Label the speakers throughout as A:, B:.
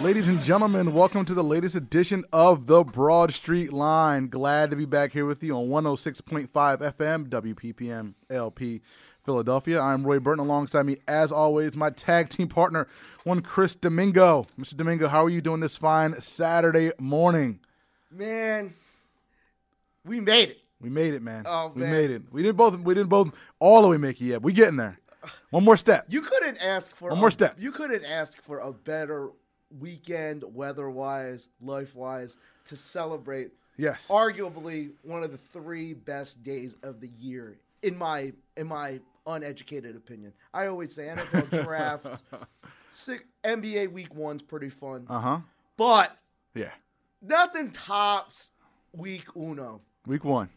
A: Ladies and gentlemen, welcome to the latest edition of the Broad Street Line. Glad to be back here with you on 106.5 FM, WPPM LP Philadelphia. I'm Roy Burton. Alongside me, as always, my tag team partner, one Chris Domingo. Mr. Domingo, how are you doing this fine Saturday morning?
B: Man, we made it.
A: We made it, man.
B: Oh,
A: we
B: man.
A: made it. We didn't both. We didn't both all the way make it yet. We getting there. One more step.
B: You couldn't ask for
A: One
B: a-
A: more step.
B: You couldn't ask for a better weekend, weather-wise, life-wise, to celebrate.
A: Yes.
B: Arguably one of the three best days of the year, in my in my uneducated opinion. I always say NFL draft, sick, NBA Week One's pretty fun,
A: Uh huh.
B: but
A: Yeah.
B: nothing tops Week Uno.
A: Week one.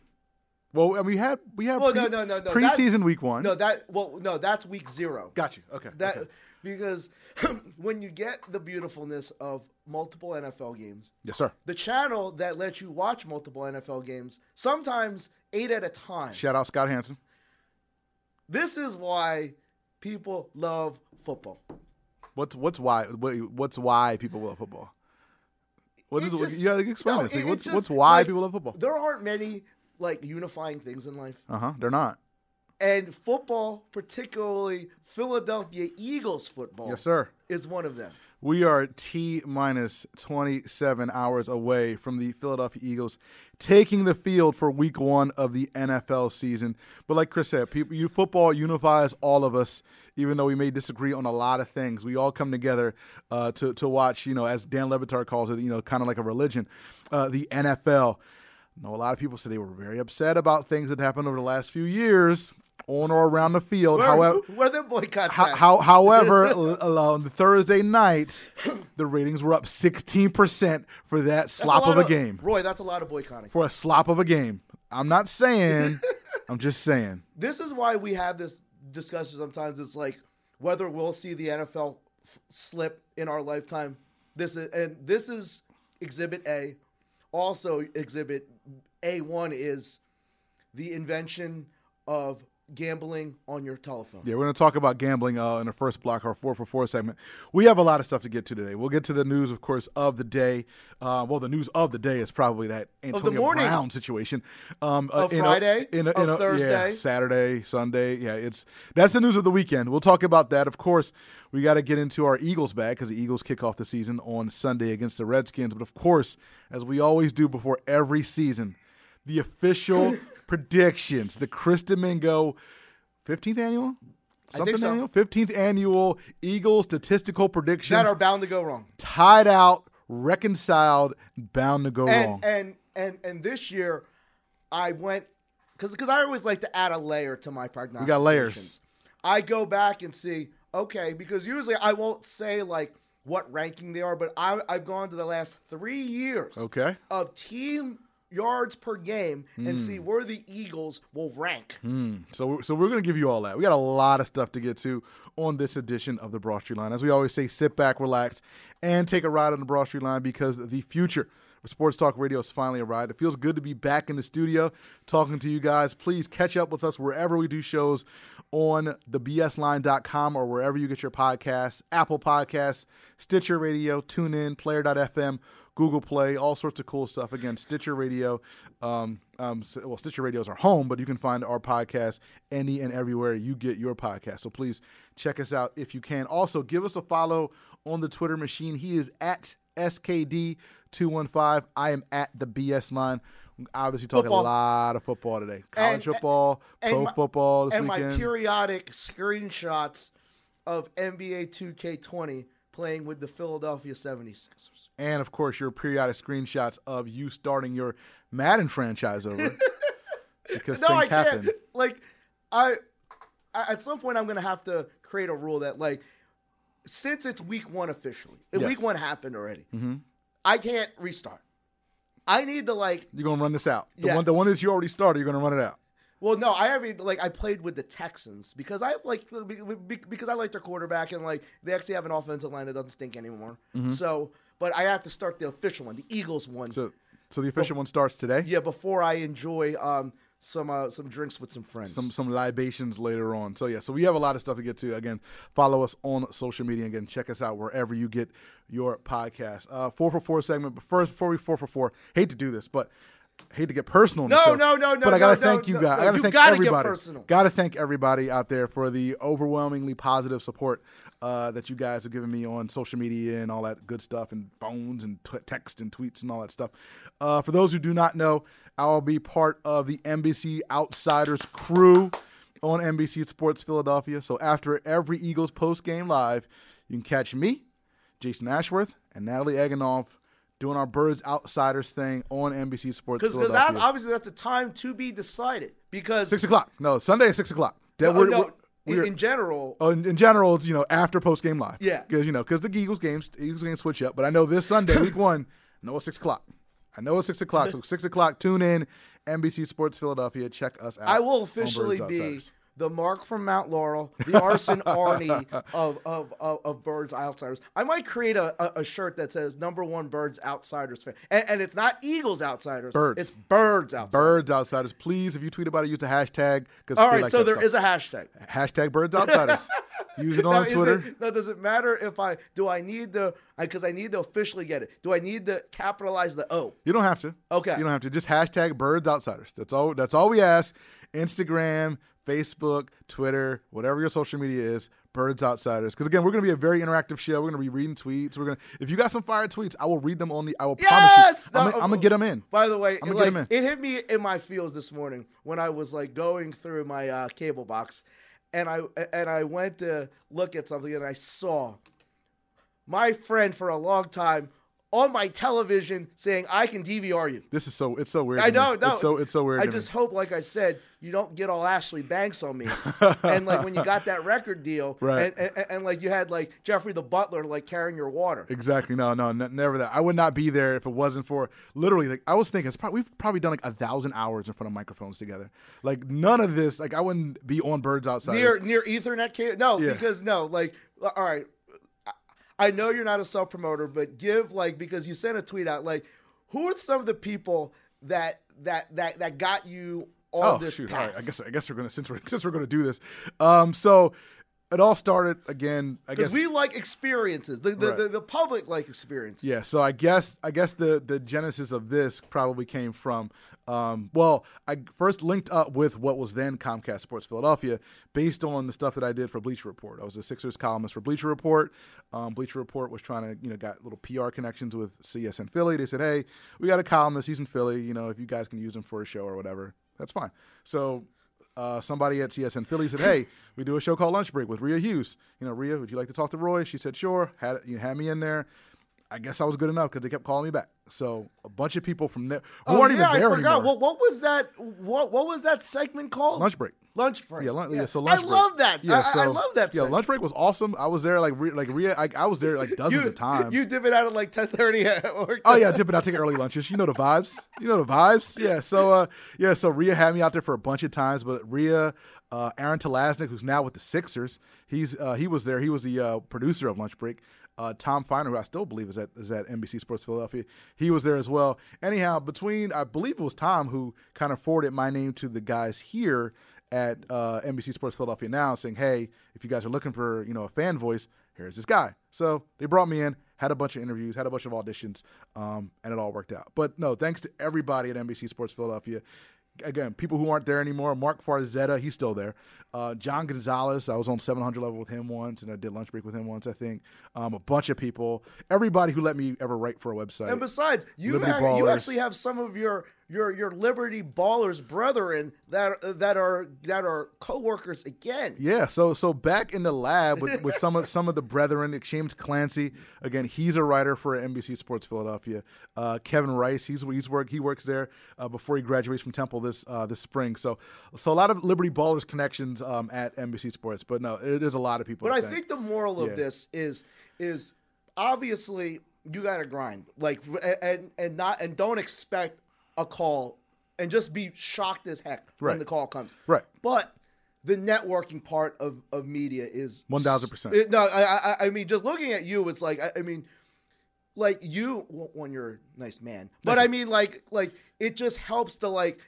A: Well, and we had we had
B: Well,
A: pre-
B: no, no, no, no.
A: preseason
B: That-
A: week one.
B: No, that well, no, that's Week Zero.
A: got you. Okay.
B: That
A: okay.
B: because when you get the beautifulness of multiple NFL games,
A: Yes, sir.
B: the channel that lets you watch multiple NFL games, sometimes eight at a time.
A: Shout out Scott Hansen.
B: This is why people love football.
A: What's what's why what, what's why people love football? What
B: It
A: is
B: just-
A: you gotta explain
B: no,
A: this?
B: it-
A: Like,
B: it
A: what's
B: just-
A: what's why
B: like,
A: people love football?
B: There aren't many like unifying things in life,
A: Uh huh. They're not.
B: and football, particularly Philadelphia Eagles football,
A: Yes, sir.
B: is one of them.
A: We are T minus 27 hours away from the Philadelphia Eagles taking the field for week one of the NFL season. But like Chris said, people, you, football unifies all of us, even though we may disagree on a lot of things. We all come together uh, to, to watch, you know, as Dan Levitar calls it, you know, kind of like a religion, uh, the NFL. I know a lot of people said they were very upset about things that happened over the last few years on or around the field. However,
B: where the boycotts?
A: how,
B: at?
A: how, however, l- l- on the Thursday night, the ratings were up 16% for that
B: That's
A: slop of
B: lot
A: a game.
B: Roy? That's a lot of boycotting.
A: For a slop of a game. I'm not saying, I'm just saying.
B: this is why we have this discussion sometimes. It's like whether we'll see the NFL f- slip in our lifetime. This is, and this is exhibit A. Also, exhibit A1 is the invention of gambling on your telephone.
A: Yeah, we're going to talk about gambling uh, in the first block, our four for four segment. We have a lot of stuff to get to today. We'll get to the news, of course, of the day. Uh, well, the news of the day is probably that Antonio
B: morning.
A: Brown situation. Um, uh,
B: Of Friday, of
A: yeah,
B: Thursday.
A: Saturday, Sunday. Yeah, it's that's the news of the weekend. We'll talk about that. Of course, we got to get into our Eagles bag because the Eagles kick off the season on Sunday against the Redskins. But of course, as we always do before every season, the official predictions, the Chris Domingo 15th annual. Something
B: think so.
A: annual, 15th annual Eagles statistical predictions
B: That are bound to go wrong.
A: tied out, reconciled, bound to go wrong.
B: And and and and this year, I went because because I always like to add a layer to my prognostications.
A: got layers.
B: I go back and see okay because usually I won't say like what ranking they are, but I I've gone to the last three years
A: okay.
B: of team yards per game
A: Hmm.
B: and see where the Eagles will rank.
A: So, so we're going to give you all that. We got a lot of stuff to get to on this edition of the Broad Street Line. As we always say, sit back, relax, and take a ride on the Broad Street Line because the future Sports Talk Radio has finally arrived. It feels good to be back in the studio talking to you guys. Please catch up with us wherever we do shows on thebsline.com or wherever you get your podcasts Apple Podcasts, Stitcher Radio, TuneIn, Player.fm. Google Play, all sorts of cool stuff. Again, Stitcher Radio. Um, um, s- well, Stitcher Radio is our home, but you can find our podcast any and everywhere you get your podcast. So please check us out if you can. Also, give us a follow on the Twitter machine. He is at SKD215. I am at the BS line. Obviously, talking
B: Football.
A: a lot of football today. College
B: And-
A: football,
B: and
A: pro
B: my-
A: football this
B: and
A: weekend.
B: my periodic screenshots of NBA 2K20 playing with the Philadelphia 76ers.
A: and of course your periodic screenshots of you starting your Madden franchise over. because
B: No, I
A: things
B: can't.
A: happen.
B: Like, I, I at some point I'm gonna have to create a rule that like, since it's week one officially, and
A: Yes. Mm-hmm.
B: week one happened already, I can't restart. I need to like.
A: You're gonna run this out. The one,
B: Yes.
A: the one that you already started, you're gonna run it out.
B: Well, no, I already like I played with the Texans because I like be- be- because I like their quarterback and like they actually have an offensive line that doesn't stink anymore. So, but I have to start the official one, the Eagles one.
A: Mm-hmm. So, so the official one starts today.
B: yeah, before I enjoy um some uh, some drinks with some friends.
A: Some some libations later on. So yeah, so we have a lot of stuff to get to. Again, follow us on social media. Again, check us out wherever you get your podcast. Uh, four for four segment. But first, before we four for four, hate to do this, but hate to get personal. on the
B: No,
A: show,
B: no, no, no,
A: But I gotta
B: no, no,
A: thank you
B: no,
A: guys.
B: no,
A: I gotta
B: you
A: thank
B: gotta get
A: everybody.
B: personal.
A: Got to thank everybody out there for the overwhelmingly positive support uh, that you guys have given me on social media and all that good stuff, and phones and t- text and tweets and all that stuff. Uh, for those who do not know, I'll be part of the NBC Outsiders crew on NBC Sports Philadelphia. So after every Eagles post game live, you can catch me, Jason Ashworth, and Natalie Eganoff doing our Birds Outsiders thing on NBC Sports
B: Because
A: Philadelphia.
B: obviously that's the time to be decided. Because
A: six o'clock. No, Sunday at six o'clock. That
B: Oh,
A: we're-
B: no,
A: we're-
B: in,
A: we're-
B: in general,
A: Oh, in, in general, it's you know after post game live.
B: Yeah.
A: because you know because the Eagles games Eagles games switch up. But I know this Sunday, week one, I know it's six o'clock. I know it's six o'clock. So six o'clock, tune in, NBC Sports Philadelphia. Check us out.
B: I will
A: on
B: officially
A: Birds
B: be
A: Outsiders.
B: the Mark from Mount Laurel, the arson Arnie of, of, of, of Birds Outsiders. I might create a, a, a shirt that says number one Birds Outsiders fan. And, and it's not Eagles Outsiders.
A: Birds.
B: It's Birds Outsiders.
A: Birds Outsiders. Please, if you tweet about it, use the hashtag. Cause
B: All
A: they
B: right,
A: like
B: so
A: that
B: there
A: stuff.
B: is a hashtag.
A: hashtag Birds Outsiders. use it
B: Now,
A: on
B: is
A: Twitter.
B: It, now, does it matter if I do I need the because I need to officially get it? Do I need to capitalize the O?
A: You don't have to.
B: Okay.
A: You don't have to. Just hashtag birds outsiders. That's all that's all we ask. Instagram, Facebook, Twitter, whatever your social media is, birds outsiders. Because again, we're gonna be a very interactive show. We're gonna be reading tweets. We're gonna if you got some fire tweets, I will read them on the I will promise
B: Yes!
A: you. I'm,
B: No, uh,
A: gonna- I'm gonna get them in.
B: By the way,
A: I'm
B: it,
A: gonna get
B: like, it hit me in my feels this morning when I was like going through my uh, cable box, and I and I went to look at something and I saw my friend for a long time on my television saying, "I can DVR you."
A: This is so it's so weird.
B: I
A: to me.
B: know, no.
A: Mm-hmm. It's so it's so weird.
B: I
A: to me.
B: just hope, like I said, you don't get all Ashley Banks on me. and like when you got that record deal,
A: Right.
B: And, and, and like you had like Jeffrey the Butler like carrying your water.
A: Exactly. No, no, n- never that. I would not be there if it wasn't for literally. Like I was thinking, it's probably we've probably done like a thousand hours in front of microphones together. Like none of this. Like I wouldn't be on birds outside.
B: near near Ethernet cable. No,
A: Yeah.
B: because no, like all right, I- I know you're not a self promoter, but give like because you sent a tweet out like, who are some of the people that that that that got you on
A: oh
B: this
A: shoot! All
B: path?
A: right, I guess I guess we're gonna since we're since we're gonna do this. Um, so it all started again. I guess
B: because we like experiences. The the,
A: Right.
B: the the public like experiences.
A: Yeah, so I guess I guess the the genesis of this probably came from um, well, I first linked up with what was then Comcast Sports Philadelphia based on the stuff that I did for Bleacher Report. I was a Sixers columnist for Bleacher Report. Um, Bleacher Report was trying to you know got little PR connections with CSN Philly. They said, hey, we got a columnist. He's in Philly. You know, if you guys can use him for a show or whatever, that's fine. So. Uh, somebody at CSN Philly said, "Hey, we do a show called Lunch Break with Rhea Hughes. You know, Rhea, would you like to talk to Roy?" She said, "Sure." Had you had me in there. I guess I was good enough because they kept calling me back. So a bunch of people from there we
B: Oh,
A: weren't
B: yeah,
A: even there
B: I forgot.
A: anymore.
B: What what was that? What what was that segment called?
A: Lunch break.
B: lunch break.
A: Yeah, lun- yeah, so lunch
B: I
A: break.
B: love that. I- I, I
A: so-
B: love that.
A: Yeah,
B: segment.
A: lunch break was awesome. I was there like re- like re- I, I was there like dozens
B: You,
A: of times.
B: you dip it out at like ten thirty or
A: Oh yeah, dipping out, taking early lunches. You know the vibes. You know the vibes. Yeah. So uh, yeah. So Rhea had me out there for a bunch of times, but Rhea, uh, Aaron Telasnik, who's now with the Sixers, he's uh, he was there. He was the uh, producer of Lunch Break. Uh, Tom Feiner, who I still believe is at is at NBC Sports Philadelphia, he was there as well. Anyhow, between I believe it was Tom who kind of forwarded my name to the guys here at uh, NBC Sports Philadelphia now, saying, "Hey, if you guys are looking for you know a fan voice, here's this guy." So they brought me in, had a bunch of interviews, had a bunch of auditions, um, and it all worked out. But no, thanks to everybody at NBC Sports Philadelphia. Again, people who aren't there anymore. Mark Farzetta, he's still there. Uh, John Gonzalez, I was on 700 level with him once, and I did lunch break with him once, I think. Um, a bunch of people, everybody who let me ever write for a website.
B: And besides, you
A: Liberty
B: ha- you
A: Ballers.
B: actually have some of your your your Liberty Ballers brethren that that are that are coworkers again.
A: Yeah, so so back in the lab with, with some of some of the brethren, James Clancy. Again, he's a writer for NBC Sports Philadelphia. Uh, Kevin Rice, he's he's work he works there uh, before he graduates from Temple this uh, this spring. So so a lot of Liberty Ballers connections um, at NBC Sports, but no, it is a lot of people.
B: But
A: to
B: I
A: thank.
B: think the moral of
A: Yeah.
B: this is is obviously you got to grind, like and- and and not and don't expect a call and just be shocked as heck when
A: Right.
B: the call comes.
A: Right.
B: But the networking part of of media is
A: 1000%.
B: it- No, I, I I mean just looking at you, it's like I, I mean. Like you, w- when you're a nice man, but I mean, like, like it just helps to like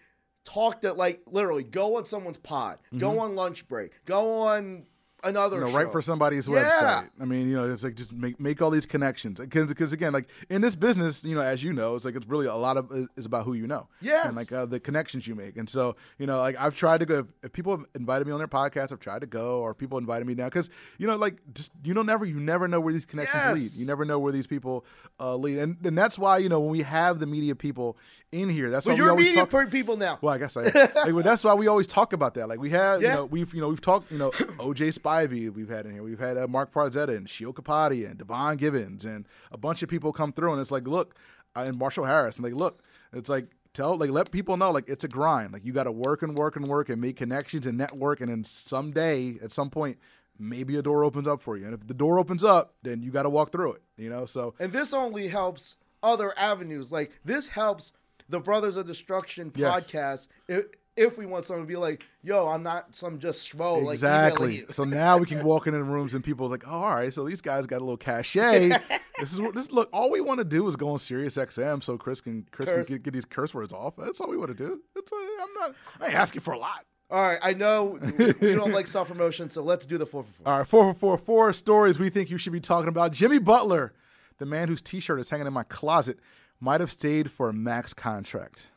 B: talk to, like, literally go on someone's pod, go on lunch break, go on another
A: Mm-hmm. you know,
B: show.
A: right for somebody's
B: Yeah.
A: website. I mean, you know, it's like just make make all these connections because again, like in this business, you know, as you know, it's like it's really a lot of is about who you know,
B: Yes.
A: and like uh, the connections you make. And so, you know, like I've tried to go. If, if people have invited me on their podcast, I've tried to go, or people invited me now because you know, like just you don't never you never know where these connections
B: Yes.
A: lead. You never know where these people uh, lead, and and that's why you know when we have the media people in here, that's
B: But
A: why
B: you're
A: we always
B: media
A: talk.
B: per- people now.
A: Well, I guess I. like, well, that's why we always talk about that. Like we have,
B: Yeah.
A: you know, we've you know we've talked, you know, OJ Spivey we've had in here. We've had uh, Mark Farzetta and Shio Capotti and Devon Givens and a bunch of people come through, and it's like, look, uh, and Marshall Harris, and like, look, it's like. Tell like let people know like it's a grind like you got to work and work and work and make connections and network and then someday at some point maybe a door opens up for you and if the door opens up then you got to walk through it you know so
B: and this only helps other avenues. Like this helps the Brothers of Destruction
A: Yes.
B: podcast. If, if we want someone to be like, "Yo, I'm not some just schmo." Like,
A: Exactly.
B: emailing you.
A: so now we can walk into rooms and people are like, oh, all right, so these guys got a little cachet. this is what this look. All we want to do is go on Sirius XM so Chris can Chris
B: Curse.
A: can get, get these curse words off. That's all we want to do. That's all, I'm not. I ain't asking for a lot.
B: All right, I know you don't like self promotion, so let's do the four for four.
A: All right, four four four four stories we think you should be talking about. Jimmy Butler, the man whose T-shirt is hanging in my closet, might have stayed for a max contract.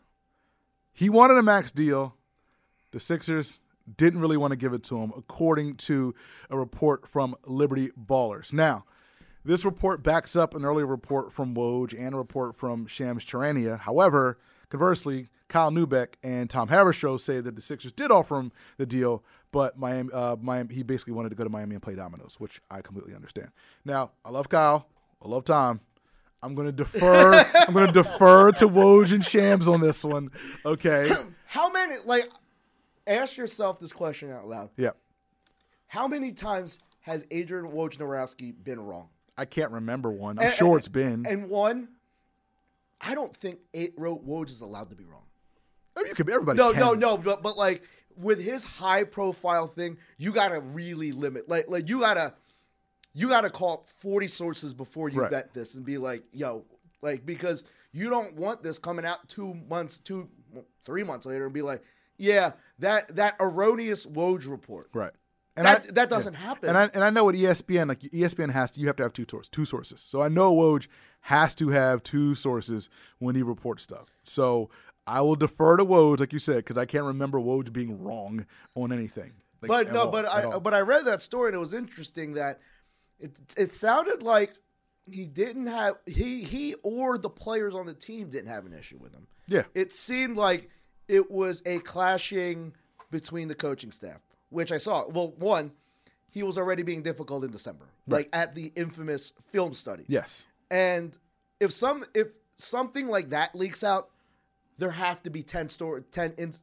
A: He wanted a max deal. The Sixers didn't really want to give it to him, according to a report from Liberty Ballers. Now, this report backs up an earlier report from Woj and a report from Shams Charania. However, conversely, Kyle Newbeck and Tom Haberstroh say that the Sixers did offer him the deal, but Miami, uh, Miami, he basically wanted to go to Miami and play dominoes, which I completely understand. Now, I love Kyle. I love Tom. I'm going to defer. I'm going to defer to Woj and Shams on this one. Okay.
B: How many? Like, ask yourself this question out loud.
A: Yeah.
B: How many times has Adrian Wojnarowski been wrong?
A: I can't remember one. I'm
B: And-
A: sure
B: and-
A: it's been.
B: And one, I don't think eight row Woj is allowed to be wrong.
A: I mean, you could, everybody
B: No,
A: can.
B: no, no, but but like with his high profile thing, you gotta really limit. Like like you gotta you gotta call forty sources before you
A: Right.
B: vet this and be like, yo, like because you don't want this coming out two months, two three months later and be like, yeah, that that erroneous Woj report.
A: Right.
B: That- that doesn't happen.
A: And I and I know what E ESPN like ESPN has to you have to have two sources, two sources. So I know Woj has to have two sources when he reports stuff. So I will defer to Woj, like you said, because I can't remember Woj being wrong on anything. Like,
B: But
A: at
B: no,
A: all,
B: but
A: at
B: I
A: all.
B: but I read that story and it was interesting that it it sounded like he didn't have he he or the players on the team didn't have an issue with him.
A: Yeah.
B: It seemed like it was a clashing between the coaching staff, which I saw. Well, one, he was already being difficult in December, like at the infamous film study.
A: yes.
B: And if some if something like that leaks out, there have to be ten store ten in,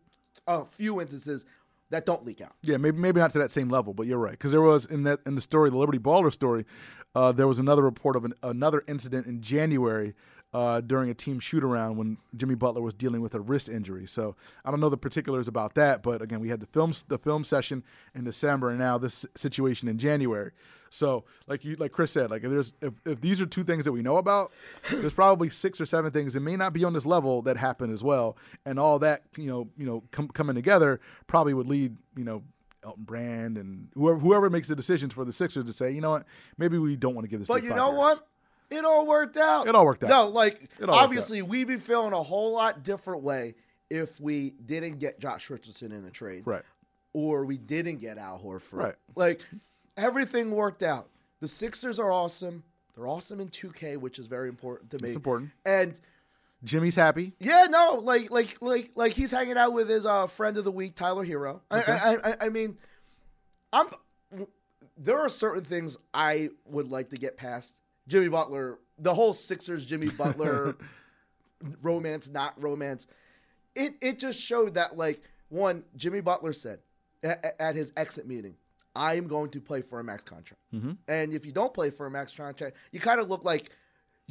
B: a few instances that don't leak out.
A: Yeah, maybe maybe not to that same level, but you're right because there was in that in the story, the Liberty Baller story, uh, there was another report of an, another incident in January uh, during a team shoot around when Jimmy Butler was dealing with a wrist injury. So I don't know the particulars about that, but again, we had the film the film session in December, and now this situation in January. So like you like Chris said, like if there's if, if these are two things that we know about, there's probably six or seven things that may not be on this level that happened as well, and all that you know you know com- coming together probably would lead you know Elton Brand and whoever whoever makes the decisions for the Sixers to say, you know what, maybe we don't want to give this.
B: But
A: to
B: you
A: five
B: know
A: years.
B: what? It all worked out.
A: It all worked out.
B: No, like
A: It all worked
B: obviously we'd be feeling a whole lot different way if we didn't get Josh Richardson in a trade,
A: Right.
B: Or we didn't get Al Horford,
A: Right.
B: Like everything worked out. The Sixers are awesome. They're awesome in 2K, which is very important to me.
A: It's important.
B: And
A: Jimmy's happy.
B: yeah, no, like like like like he's hanging out with his uh, friend of the week, Tyler Hero. I, I, I I mean, I'm. There are certain things I would like to get past Jimmy Butler, the whole Sixers Jimmy Butler romance, not romance. It it just showed that like one Jimmy Butler said at, at his exit meeting, I am going to play for a max contract, and if you don't play for a max contract, you kind of look like.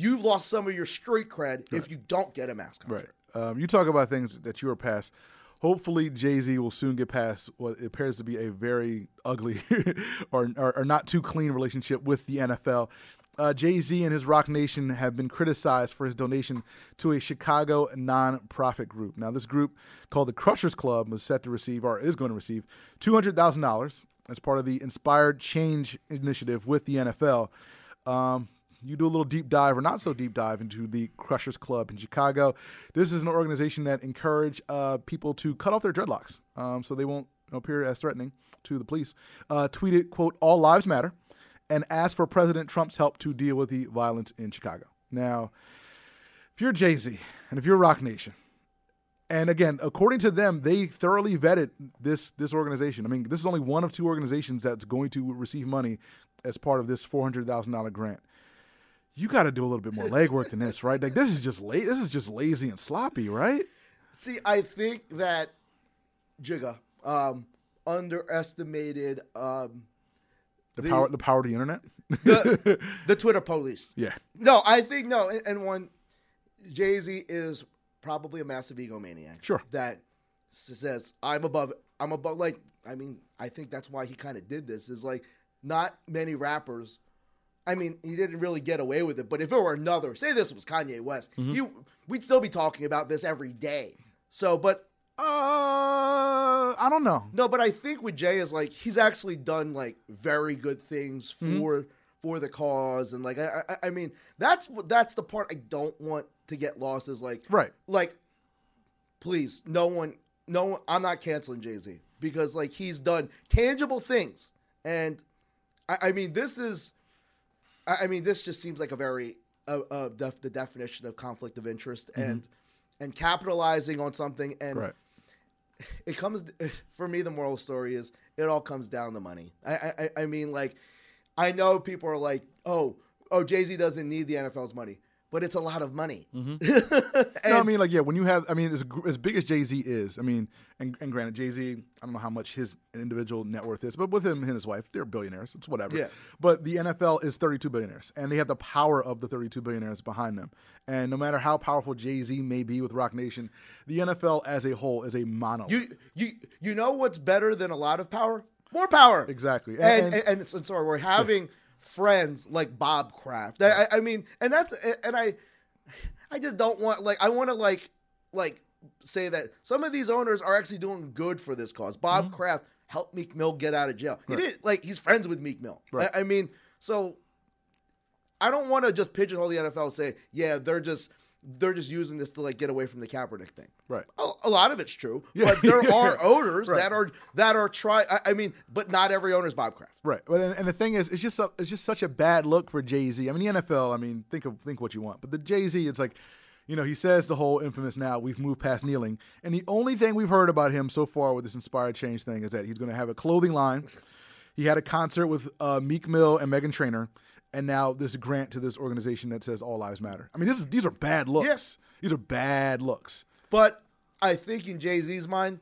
B: You've lost some of your street cred if you don't get a max contract.
A: Right. Um, you talk about things that you are past. Hopefully, Jay Z will soon get past what appears to be a very ugly or, or, or not too clean relationship with the NFL. Uh, Jay Z and his Rock Nation have been criticized for his donation to a Chicago nonprofit group. Now, this group called the Crushers Club was set to receive or is going to receive $200,000 as part of the Inspired Change initiative with the NFL. Um, you do a little deep dive or not so deep dive into the Crushers Club in Chicago. This is an organization that encourage uh, people to cut off their dreadlocks um, so they won't appear as threatening to the police. Uh, tweeted, quote, all lives matter, and asked for President Trump's help to deal with the violence in Chicago. Now, if you're Jay-Z and if you're Rock Nation, and again, according to them, they thoroughly vetted this this organization. I mean, this is only one of two organizations that's going to receive money as part of this four hundred thousand dollar grant. You got to do a little bit more legwork than this, right? Like this is just late. This is just lazy and sloppy, right?
B: See, I think that Jigga um, underestimated um,
A: The, power the power of the internet.
B: the, the Twitter police.
A: yeah,
B: No, I think no. And, and one, Jay Z is probably a massive egomaniac.
A: Sure.
B: That s- says I'm above. I'm above. Like I mean, I think that's why he kind of did this. Is like not many rappers. I mean, he didn't really get away with it. But if it were another, say this was Kanye West, you we'd still be talking about this every day. So, but
A: uh, I don't know.
B: no, but I think with Jay is like he's actually done like very good things for
A: Hmm?
B: for the cause and like I, I I mean that's what- that's the part I don't want to get lost is like
A: Right.
B: like please no one no one, I'm not canceling Jay Z because like he's done tangible things and I, I mean this is I, I mean this just seems like a very uh, uh, def, the definition of conflict of interest and and capitalizing on something and
A: Mm-hmm. Right.
B: it comes for me the moral story is it all comes down to money i I- i, I mean like i know people are like oh oh jay-z doesn't need the nfl's money but it's a lot of money
A: No, I mean, like, yeah, when you have, I mean, as, gr- as big as Jay Z is, I mean, and, and granted, Jay Z, I don't know how much his individual net worth is, but with him and his wife, they're billionaires. It's whatever.
B: Yeah.
A: But the NFL is 32 billionaires, and they have the power of the 32 billionaires behind them. And no matter how powerful Jay Z may be with Rock Nation, the NFL as a whole is a monolith.
B: you you you know what's better than a lot of power more power
A: Exactly. And-
B: and and,
A: and-
B: and, it's, and sorry we're having friends like bob kraft I, I- I mean and that's and i i just don't want like i want to like like say that some of these owners are actually doing good for this cause bob
A: Mm-hmm.
B: kraft helped meek mill get out of jail he did like he's friends with meek mill
A: Right.
B: I, I mean so I don't want to just pigeonhole the NFL and say, yeah, they're just they're just using this to like get away from the Kaepernick thing.
A: Right.
B: A, a lot of it's true, but there are owners that are that are try. I, I mean, but not every owner is Bob Kraft.
A: Right, but and, and the thing is, it's just a, it's just such a bad look for Jay Z. I mean, the NFL. I mean, think of think what you want, but the Jay Z, it's like, you know, he says the whole infamous now we've moved past kneeling, and the only thing we've heard about him so far with this inspired change thing is that he's going to have a clothing line. He had a concert with uh, Meek Mill and Megan Trainor, and now this grant to this organization that says all lives matter. I mean, this is, these are bad looks. These are bad looks.
B: But I think in Jay Z's mind,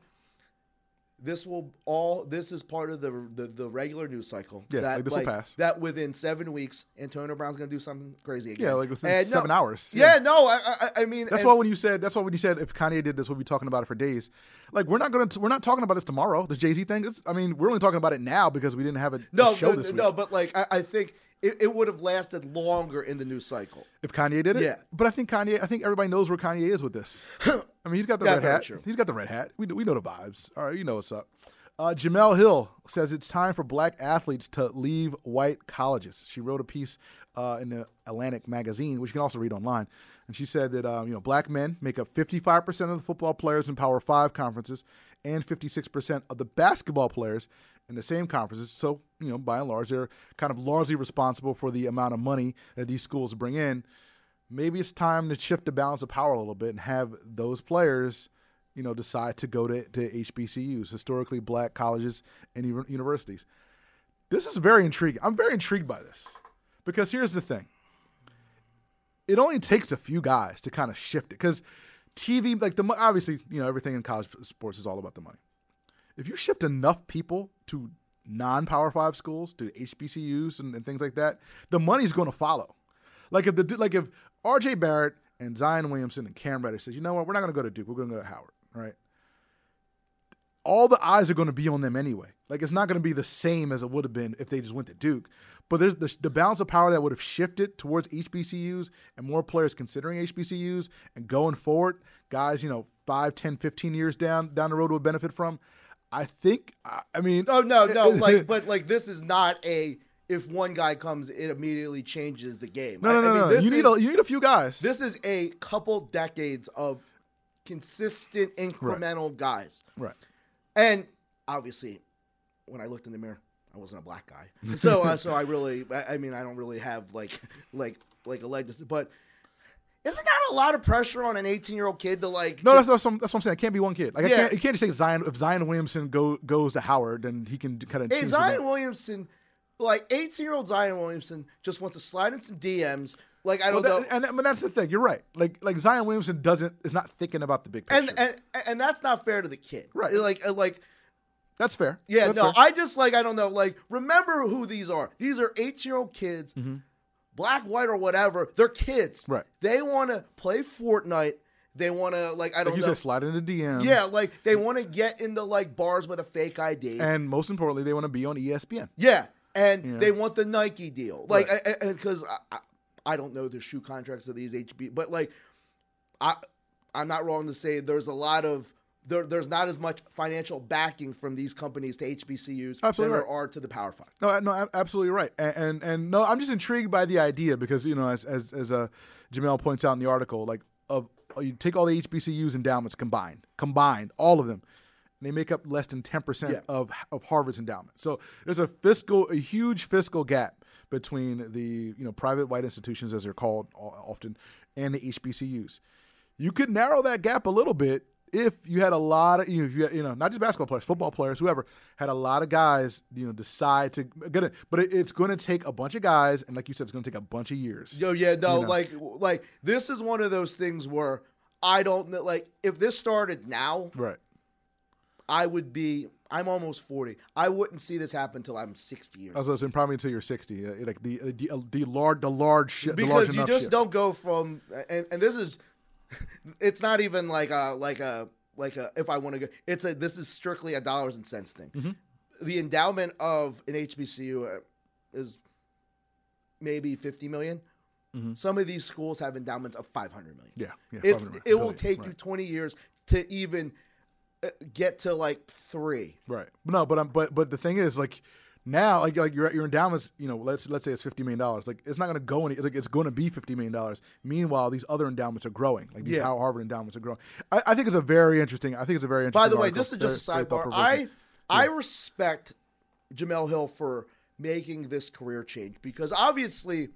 B: this will all this is part of the the, the regular news cycle.
A: Yeah,
B: that,
A: like, this will pass.
B: That within seven weeks, Antonio Brown's going to do something crazy again.
A: Yeah, like, within
B: And
A: seven hours.
B: Yeah,
A: Yeah.
B: no, I I, I mean
A: That's
B: and-
A: why when you said that's why when you said if Kanye did this, we'll be talking about it for days. Like we're not gonna we're not talking about this tomorrow. The Jay Z thing. It's, I mean, we're only talking about it now because we didn't have a, a
B: no
A: show
B: no,
A: this week.
B: no, but like I, I think it, it would have lasted longer in the news cycle.
A: If Kanye did it,
B: Yeah.
A: But I think Kanye. I think everybody knows where Kanye is with this. I mean, he's got the
B: Yeah,
A: red
B: very
A: hat.
B: true.
A: He's got the red hat. We we know the vibes. All right, you know what's up. Uh, Jamel Hill says it's time for black athletes to leave white colleges. She wrote a piece uh, in the Atlantic magazine, which you can also read online, and she said that um, you know black men make up 55 percent of the football players in Power Five conferences and 56 percent of the basketball players in the same conferences. So you know, by and large, they're kind of largely responsible for the amount of money that these schools bring in maybe it's time to shift the balance of power a little bit and have those players, you know, decide to go to, to HBCUs, historically black colleges and u- universities. This is very intriguing. I'm very intrigued by this because here's the thing it only takes a few guys to kind of shift it because TV, like the mo- obviously, you know, everything in college sports is all about the money. If you shift enough people to non Power Five schools, to HBCUs and, and things like that, the money's going to follow. Like if the du- like if R.J. Barrett and Zion Williamson and Cam Reddish says, you know what, we're not going to go to Duke, we're going to go to Howard, right? all the eyes are going to be on them anyway. Like it's not going to be the same as it would have been if they just went to Duke. But there's the, the balance of power that would have shifted towards HBCUs and more players considering HBCUs and going forward, guys, you know, 5, 10, 15 years down down the road would benefit from. I think I, I mean
B: Oh no, no, like but like this is not a if one guy comes, it immediately changes the game.
A: no, no,
B: I- I
A: no,
B: mean,
A: no.
B: this
A: You need
B: is-
A: a you need a few guys.
B: This is a couple decades of consistent incremental guys.
A: right.
B: And obviously, when I looked in the mirror, I wasn't a black guy. So, uh, so I really, I, I mean, I don't really have like, like, like a leg to. st- But isn't that a lot of pressure on an 18 year old kid to like?
A: No,
B: ju-
A: that's, that's, what I'm, that's what I'm saying. It can't be one kid. Like I
B: Yeah.
A: can't, you can't just say Zion. If Zion Williamson go, goes to Howard, then he can kind of.
B: Hey, Zion Williamson, like 18 year old Zion Williamson, just wants to slide in some DMs. Like I don't
A: Well,
B: know.
A: that- and that- but that's the thing. You're right. Like like Zion Williamson doesn't is not thinking about the big picture.
B: and, and and that's not fair to the kid,
A: Right.
B: Like uh, like
A: that's fair.
B: Yeah,
A: That's
B: no,
A: fair.
B: I just like I don't know, like remember who these are. These are eight year old kids, black, white, or whatever. They're kids.
A: Mm-hmm. Right.
B: They want to play Fortnite. They want to like I don't
A: like you
B: know.
A: said, slide into DMs.
B: yeah, like they want to get into like bars with a fake ID.
A: and most importantly, they want to be on E ESPN.
B: yeah, and
A: Yeah.
B: they want the Nike deal, like
A: Right.
B: because I, I, I don't know the shoe contracts of these HB, but like I I'm not wrong to say there's a lot of there, there's not as much financial backing from these companies to HBCUs than
A: Absolutely
B: there
A: right.
B: are to the Power Five.
A: No, I- no, I'm absolutely right. And, and and no, I'm just intrigued by the idea because you know, as as as uh, Jamel points out in the article, like of uh, you take all the HBCUs endowments combined, combined all of them, and they make up less than 10 percent
B: Yeah.
A: of of Harvard's endowment. So there's a fiscal, a huge fiscal gap between the you know private white institutions as they're called o- often and the HBCUs. You could narrow that gap a little bit if you had a lot of you know, if you, had- you know not just basketball players, football players, whoever had a lot of guys you know decide to get it. But it, it's going to take a bunch of guys, and like you said, it's going to take a bunch of years.
B: Yo, yeah, no,
A: You know?
B: like, like this is one of those things where I don't know. Like, if this started now,
A: Right.
B: I would be. I'm almost forty. I wouldn't see this happen till I'm sixty years.
A: Also, it's been probably until you're 60. uh, Like the the, the large the large shi- the large
B: because you
A: enough
B: just
A: shift.
B: don't go from and, and this is it's not even like a like a like a if i want to go it's a this is strictly a dollars and cents thing
A: Mm-hmm.
B: the endowment of an hbcu uh, is maybe 50 million. some of these schools have endowments of 500 million
A: Mm-hmm. Yeah, yeah,
B: it's
A: 500
B: it
A: million,
B: will take you
A: right.
B: 20 years to even uh, get to like three
A: Right. No, but I'm but but the thing is like now like like your your endowments, you know, let's let's say it's fifty million dollars. Like it's not gonna go any like it's gonna be fifty million dollars. Meanwhile, these other endowments are growing. Like these
B: Yeah.
A: Howard Harvard endowments are growing. I, I think it's a very interesting I think it's a very interesting
B: By the way,
A: article.
B: this is just a
A: Very- very
B: sidebar. I
A: thought-provoking.
B: I respect Jamel Hill for making this career change because obviously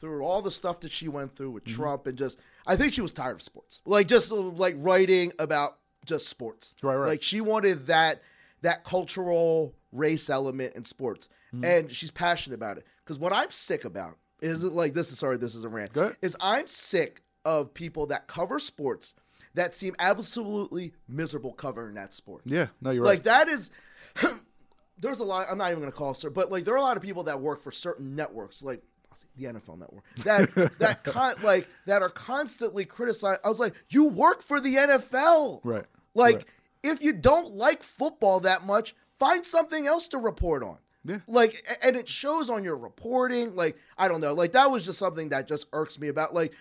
B: through all the stuff that she went through with
A: Mm-hmm.
B: Trump and just I think she was tired of sports. Like just uh, like writing about just sports.
A: Right, right.
B: Like she wanted that that cultural race element in sports.
A: Mm-hmm.
B: And she's passionate about it. Because what I'm sick about is like this is sorry, this is a rant.
A: Go ahead.
B: Is I'm sick of people that cover sports that seem absolutely miserable covering that sport.
A: Yeah, no, you're
B: Like
A: right.
B: that is there's a lot I'm not even gonna call sir, but like there are a lot of people that work for certain networks, like I'll say the NFL network. That that con- like that are constantly criticized. I was like, you work for the NFL.
A: Right,
B: Like
A: right.
B: if you don't like football that much, find something else to report on.
A: Yeah.
B: Like a- and it shows on your reporting. Like, I don't know. Like that was just something that just irks me about like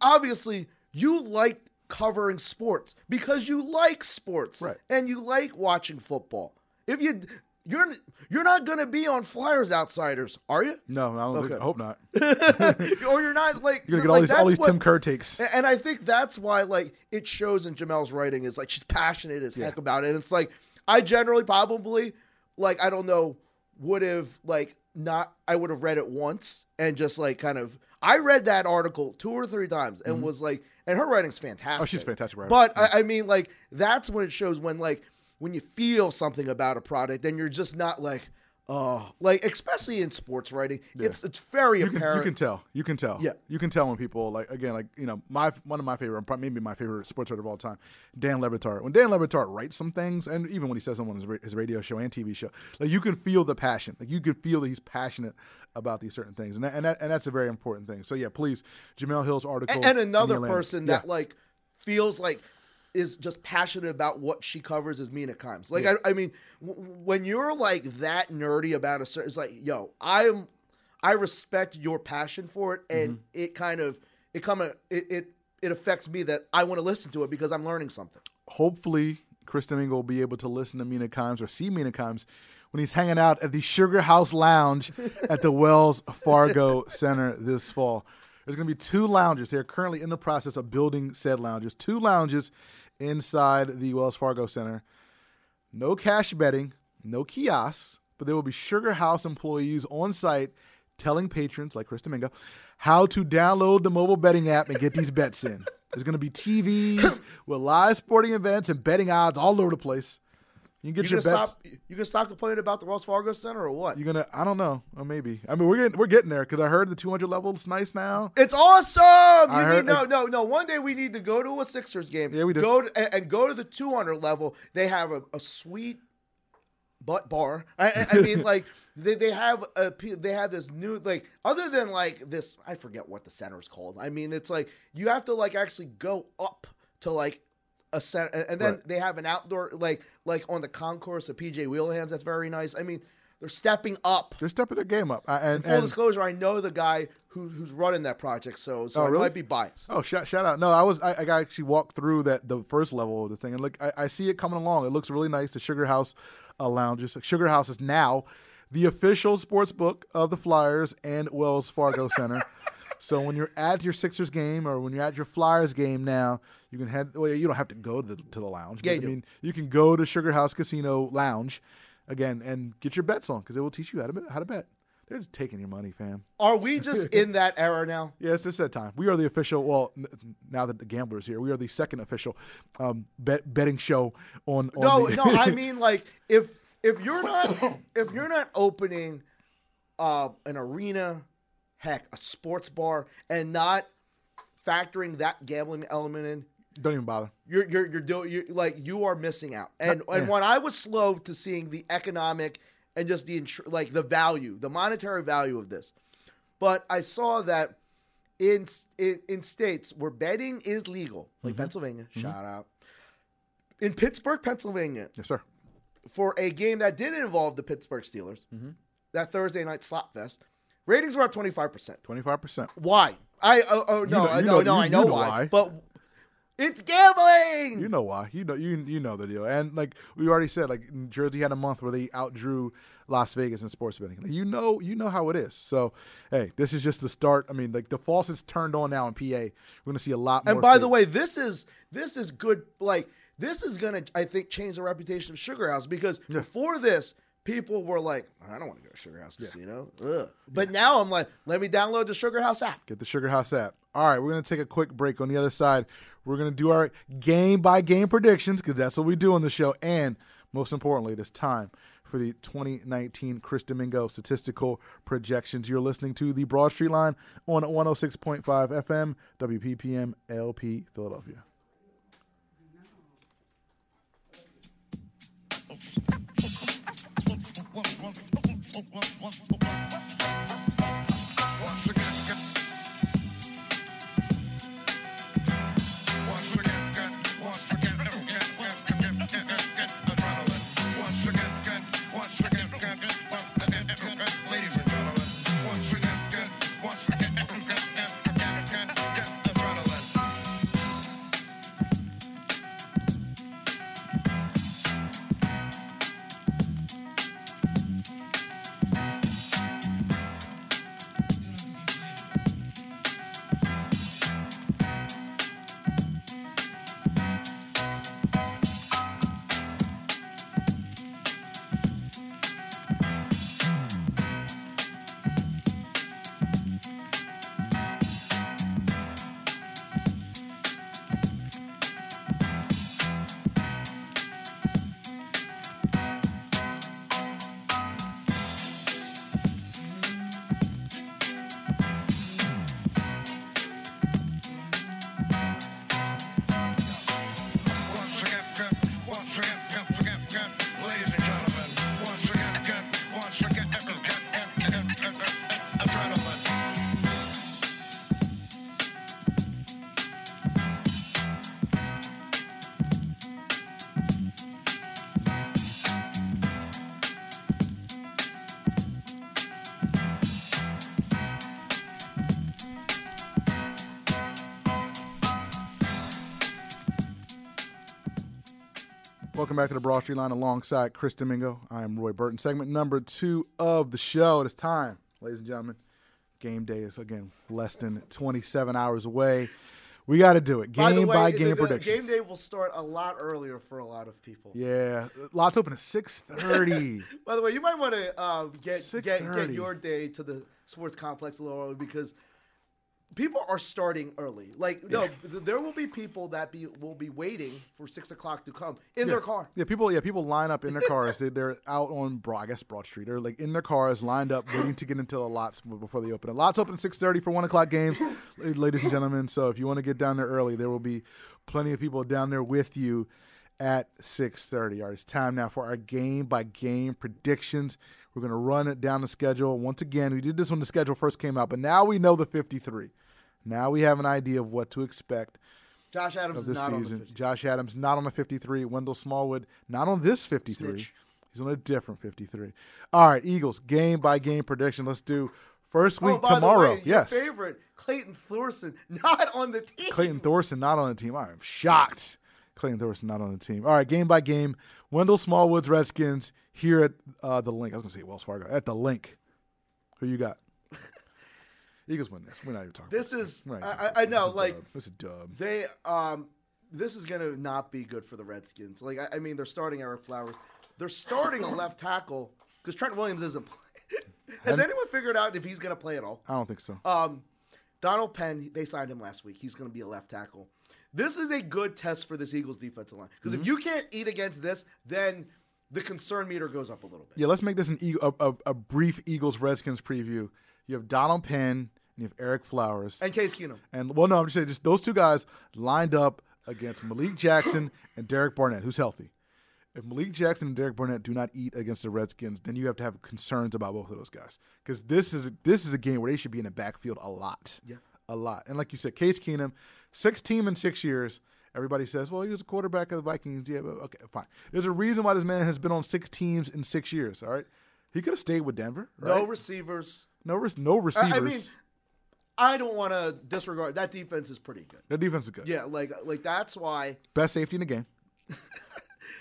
B: obviously you like covering sports because you like sports
A: Right.
B: and you like watching football. If you you're you're not going to be on Flyers Outsiders, are you?
A: No, I, don't think,
B: Okay.
A: I hope not.
B: or you're not like
A: You're gonna get
B: like,
A: all these all
B: that's
A: these Tim
B: what-
A: Kerr takes.
B: a- And I think that's why, like, it shows in Jamel's writing is like she's passionate as heck about it. And it's like I generally probably, like, I don't know, would have like not. I would have read it once and just like kind of. I read that article two or three times and was like, and her writing's fantastic.
A: Mm-hmm. Oh, she's a fantastic writer.
B: But I, I mean, like, that's when it shows when like when you feel something about a product and you're just not like. Oh, like especially in sports writing, it's it's very
A: you can,
B: apparent.
A: you can tell. You can tell.
B: Yeah.
A: You can tell when people like again, like you know, my one of my favorite, prob- maybe my favorite sports writer of all time, Dan Levitard. When Dan Levitard writes some things, and even when he says them on his, ra- his radio show and TV show, like you can feel the passion. Like you can feel that he's passionate about these certain things, and that, and, that, and that's a very important thing. So yeah, please, Jamel Hill's article
B: and, and
A: in The
B: another
A: Atlantic.
B: person
A: Yeah.
B: that like feels like is just passionate about what she covers is Mina Kimes. Like I, I mean, w- w- when you're like that nerdy about a certain, it's like, yo, I'm, I respect your passion for it, and
A: Mm-hmm.
B: it kind of it come a- it it it affects me that I want to listen to it because I'm learning something.
A: hopefully Chris Domingo will be able to listen to Mina Kimes or see Mina Kimes when he's hanging out at the Sugar House Lounge at the Wells Fargo Center this fall. There's going to be two lounges. They're currently in the process of building said lounges. Two lounges inside the Wells Fargo Center. No cash betting, no kiosks, but there will be Sugar House employees on site telling patrons like Chris Domingo how to download the mobile betting app and get these bets in. There's going to be TVs with live sporting events and betting odds all over the place. You can
B: You
A: get
B: gonna
A: your bets.
B: stop? You gonna stop complaining about the Wells Fargo Center or what?
A: You're gonna. I don't know. Or maybe. I mean, we're getting we're getting there because I heard the 200 level's nice now.
B: It's awesome. You
A: I
B: need,
A: heard-
B: no, no, no. One day we need to go to a Sixers game.
A: Yeah, we do.
B: Go to, and, and go to the 200 level. They have a, a sweet butt bar. I, I, I mean, like they, they have a p- they have this new like other than like this. I forget what the center is called. I mean, it's like you have to like actually go up to like a center, and, and then
A: Right.
B: they have an outdoor like like on the concourse of PJ Wheelhands. That's very nice. I mean, they're stepping up.
A: They're stepping their game up. I, and,
B: Full
A: and
B: disclosure, I know the guy who, who's running that project, so so
A: Oh,
B: I
A: really?
B: might be biased.
A: Oh, shout, shout out! No, I was I, I actually walked through that the first level of the thing, and look, I, I see it coming along. It looks really nice. The Sugar House uh, lounges. Sugar House is now the official sports book of the Flyers and Wells Fargo Center. so when you're at your Sixers game or when you're at your Flyers game now, you can head. Well, you don't have to go to the, to the lounge. but,
B: Yeah,
A: I
B: you do.
A: mean, you can go to Sugar House Casino Lounge again and get your bets on because it will teach you how to bet- how to bet. They're just taking your money, fam.
B: Are we just in that era now?
A: Yes, it's that time. We are the official. Well, n- n- now that the gambler's here, we are the second official um, bet betting show on. on
B: No,
A: the-
B: no. I mean, like if if you're not if you're not opening uh, an arena, heck, a sports bar, and not factoring that gambling element in,
A: don't even bother.
B: you're you're you're doing you're, like you are missing out. And and
A: yeah.
B: when I was slow to seeing the economic and just the insur- like the value, the monetary value of this, but I saw that in s- in, in states where betting is legal, like
A: Mm-hmm.
B: Pennsylvania, shout out. In Pittsburgh, Pennsylvania,
A: Yes, sir.
B: for a game that didn't involve the Pittsburgh Steelers,
A: Mm-hmm.
B: that Thursday night slot fest, ratings were up twenty five percent.
A: Twenty five percent.
B: Why? I oh, oh no,
A: know-
B: I
A: you
B: know,
A: know-
B: no,
A: you-
B: I
A: you
B: know,
A: know
B: why,
A: why.
B: but it's gambling.
A: You know why? You know you you know the deal. And like we already said, like Jersey had a month where they outdrew Las Vegas in sports betting. Like, you know you know how it is. So hey, this is just the start. I mean, like the faucet's turned on now in PA. We're gonna see a lot more.
B: And by the
A: states.
B: way, this is this is good. Like this is gonna, I think, change the reputation of Sugar House because before this, people were like, "I don't want to go to Sugar House Casino." Ugh. But now I'm like, "Let me download the Sugar House app."
A: Get the Sugar House app. All right, we're going to take a quick break. On the other side, we're going to do our game by game predictions because that's what we do on the show. And most importantly, it is time for the 2019 Chris Domingo statistical projections. You're listening to the Broad Street Line oh on 106.5 FM, WPPM, LP, Philadelphia. Welcome back to the Broad Street Line alongside Chris Domingo. I'm Roy Burton. Segment number two of the show. It is time, ladies and gentlemen. Game day is, again, less than 27 hours away. We got to do it. Game by,
B: the way,
A: game
B: the, the
A: predictions.
B: Game day will start a lot earlier for a lot of people.
A: Yeah. Lots open at 6.30.
B: By the way, you might want to um, get, get,
A: 6:30.
B: get your day to the sports complex a little early because people are starting early. Like, no, th- there will be people that be will be waiting for six o'clock to come in their car.
A: yeah, people. Yeah, people line up in their cars. they, they're out on, Broad- I guess, Broad Street. They're like in their cars, lined up, waiting to get into the lots before they open. The lots open six thirty for one o'clock games, la- ladies and gentlemen. So if you want to get down there early, there will be plenty of people down there with you at six thirty. All right, it's time now for our game by game predictions. We're gonna run it down the schedule once again. We did this when the schedule first came out, but now we know the fifty three. Now we have an idea of what to expect
B: Josh
A: of
B: Adams is
A: this
B: not on
A: season.
B: the 50.
A: Josh Adams not on the 53. Wendell Smallwood not on this 53.
B: Snitch.
A: He's on a different 53. All right, Eagles game by game prediction. Let's do first week
B: Oh, by the
A: tomorrow.
B: way, your
A: yes,
B: favorite Clayton Thorson not on the team.
A: Clayton Thorson not on the team. I am shocked. Clayton Thorson not on the team. All right, game by game. Wendell Smallwood's Redskins here at uh, the link. I was going to say Wells Fargo at the link. Who you got? Eagles win this. We're not even talking.
B: This
A: about
B: is-
A: We're not
B: I-
A: even talking
B: I-
A: about
B: I
A: this.
B: know,
A: This is a
B: like-
A: dub. this is a dub.
B: They um this is gonna not be good for the Redskins. Like I, I mean they're starting Eric Flowers. They're starting a left tackle because Trent Williams isn't playing. Has anyone figured out if he's gonna play at all?
A: I don't think so.
B: Um Donald Penn, they signed him last week. He's gonna be a left tackle. This is a good test for this Eagles defensive line. Because
A: Mm-hmm.
B: if you can't eat against this, then the concern meter goes up a little bit.
A: Yeah, let's make this an Eagle, a, a, a brief Eagles Redskins preview. You have Donald Penn and you have Eric Flowers, and,
B: And Case Keenum.
A: well, no, I'm just saying, just those two guys lined up against Malik Jackson and Derek Barnett, who's healthy. If Malik Jackson and Derek Barnett do not eat against the Redskins, then you have to have concerns about both of those guys because this is this is a game where they should be in the backfield a lot,
B: Yeah.
A: a lot. And like you said, Case Keenum, six team in six years. Everybody says, well, he was a quarterback of the Vikings. Yeah, but okay, fine. There's a reason why this man has been on six teams in six years. All right, he could have stayed with Denver. Right?
B: No receivers.
A: no, re- no
B: I-
A: receivers.
B: I mean, I don't want to disregard that defense is pretty good.
A: the defense is good.
B: Yeah, like like that's why.
A: best safety in the game.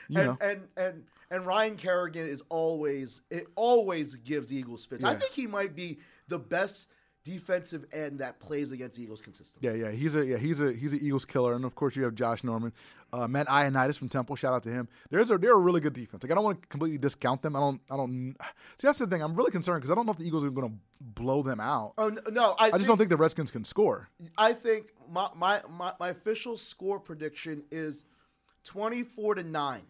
A: you
B: and,
A: know,
B: and and and Ryan Kerrigan is always it always gives the Eagles fits. I
A: Yeah.
B: think he might be the best defensive end that plays against the Eagles consistently.
A: Yeah, yeah, he's a yeah he's a he's an Eagles killer, and of course you have Josh Norman, uh, Matt Ioannidis from Temple. Shout out to him. There's a they're a really good defense. Like I don't want to completely discount them. I don't I don't see that's the thing. I'm really concerned because I don't know if the Eagles are going to blow them out.
B: Oh no, no I,
A: I just don't think the Redskins can score.
B: I think my, my my my official score prediction is twenty four to nine.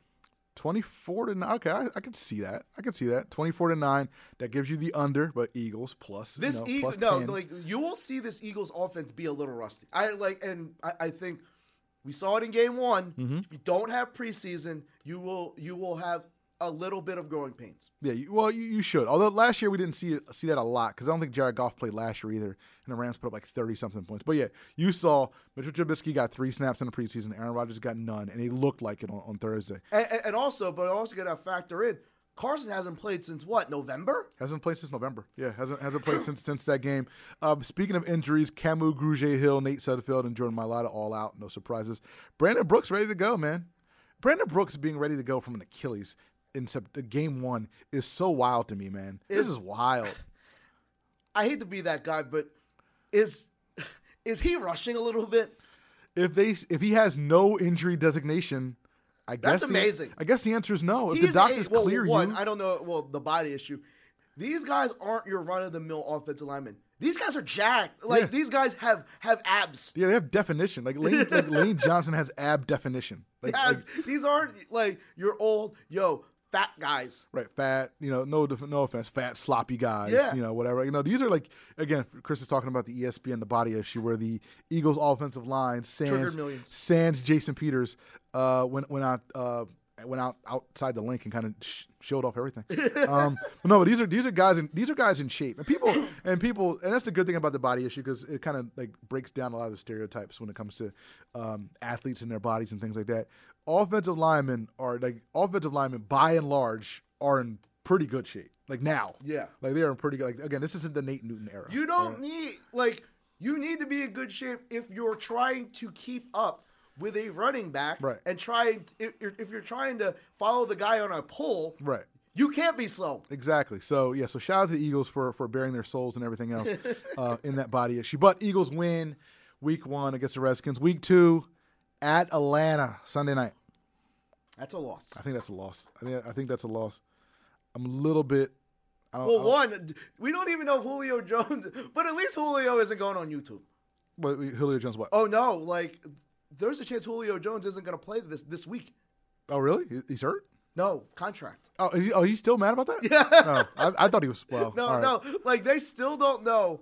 A: Twenty four to nine. Okay, I, I can see that. I can see that. Twenty four to nine. That gives you the under, but Eagles plus
B: This
A: you know,
B: Eagles,
A: plus
B: no,
A: 10.
B: like you will see this Eagles offense be a little rusty. I like, and I, I think
A: Mm-hmm.
B: we saw it in game one. If you don't have preseason, you will you will have a little bit of growing pains.
A: Yeah, you, well, you, you should. Although last year we didn't see see that a lot because I don't think Jared Goff played last year either, and the Rams put up like thirty something points. But yeah, you saw Mitchell Trubisky got three snaps in the preseason. Aaron Rodgers got none, and he looked like it on, on Thursday.
B: And, and- and also, but also got to factor in Carson hasn't played since what November.
A: Hasn't played since November. Yeah, hasn't hasn't played since since that game. Um, speaking of injuries, Camus Grugier Hill, Nate Sudfeld, and Jordan Mailata all out. No surprises. Brandon Brooks ready to go, man. Brandon Brooks being ready to go from an Achilles in Sep- game one is so wild to me, man. This
B: Is-
A: is wild.
B: I hate to be that guy, but is is he rushing a little bit?
A: If they if he has no injury designation, I guess
B: That's
A: the-
B: amazing.
A: I guess the answer is no. If
B: He's
A: the doctors
B: a- well,
A: clear
B: one,
A: you,
B: I don't know. Well, the body issue. These guys aren't your run of the mill offensive linemen. These guys are jacked. Like
A: Yeah.
B: these guys have have abs.
A: yeah, they have definition. Like Lane, like Lane Johnson has ab definition. Like, like,
B: Abs. these aren't like your old yo fat guys.
A: right, fat. You know, no diff- no offense, fat sloppy guys.
B: Yeah.
A: You know, whatever. You know, these are like again. Chris is talking about the E ESPN the body issue where the Eagles offensive line Sands
B: millions.
A: Sands Jason Peters uh, went went out. Uh, Went out outside the link and kind of sh- showed off everything. Um, but no, but these are these are guys in these are guys in shape and people and people and that's the good thing about the body issue because it kind of like breaks down a lot of the stereotypes when it comes to um, athletes and their bodies and things like that. Offensive linemen are like offensive linemen by and large are in pretty good shape. Like now,
B: Yeah.
A: like they are in pretty good. Like again, this isn't the Nate Newton era.
B: You don't need like you need to be in good shape if you're trying to keep up with a running back
A: Right.
B: and trying if you're, if you're trying to follow the guy on a pole,
A: right?
B: you can't be slow.
A: Exactly. So yeah. So shout out to the Eagles for for bearing their souls and everything else uh, in that body issue. But Eagles win week one against the Redskins. Week two at Atlanta Sunday night.
B: That's a loss.
A: I think that's a loss. I think I think that's a loss. I'm a little bit. I don't,
B: Well, one, d- we don't even know Julio Jones, but at least Julio isn't going on YouTube.
A: what, Julio Jones. What? Oh,
B: Oh no, like there's a chance Julio Jones isn't going to play this this week.
A: oh, really? He- He's hurt.
B: No contract.
A: Oh, is he? Oh, he's still mad about that? Yeah. No, I, I thought he was. Well,
B: No,
A: all right.
B: no, like they still don't know.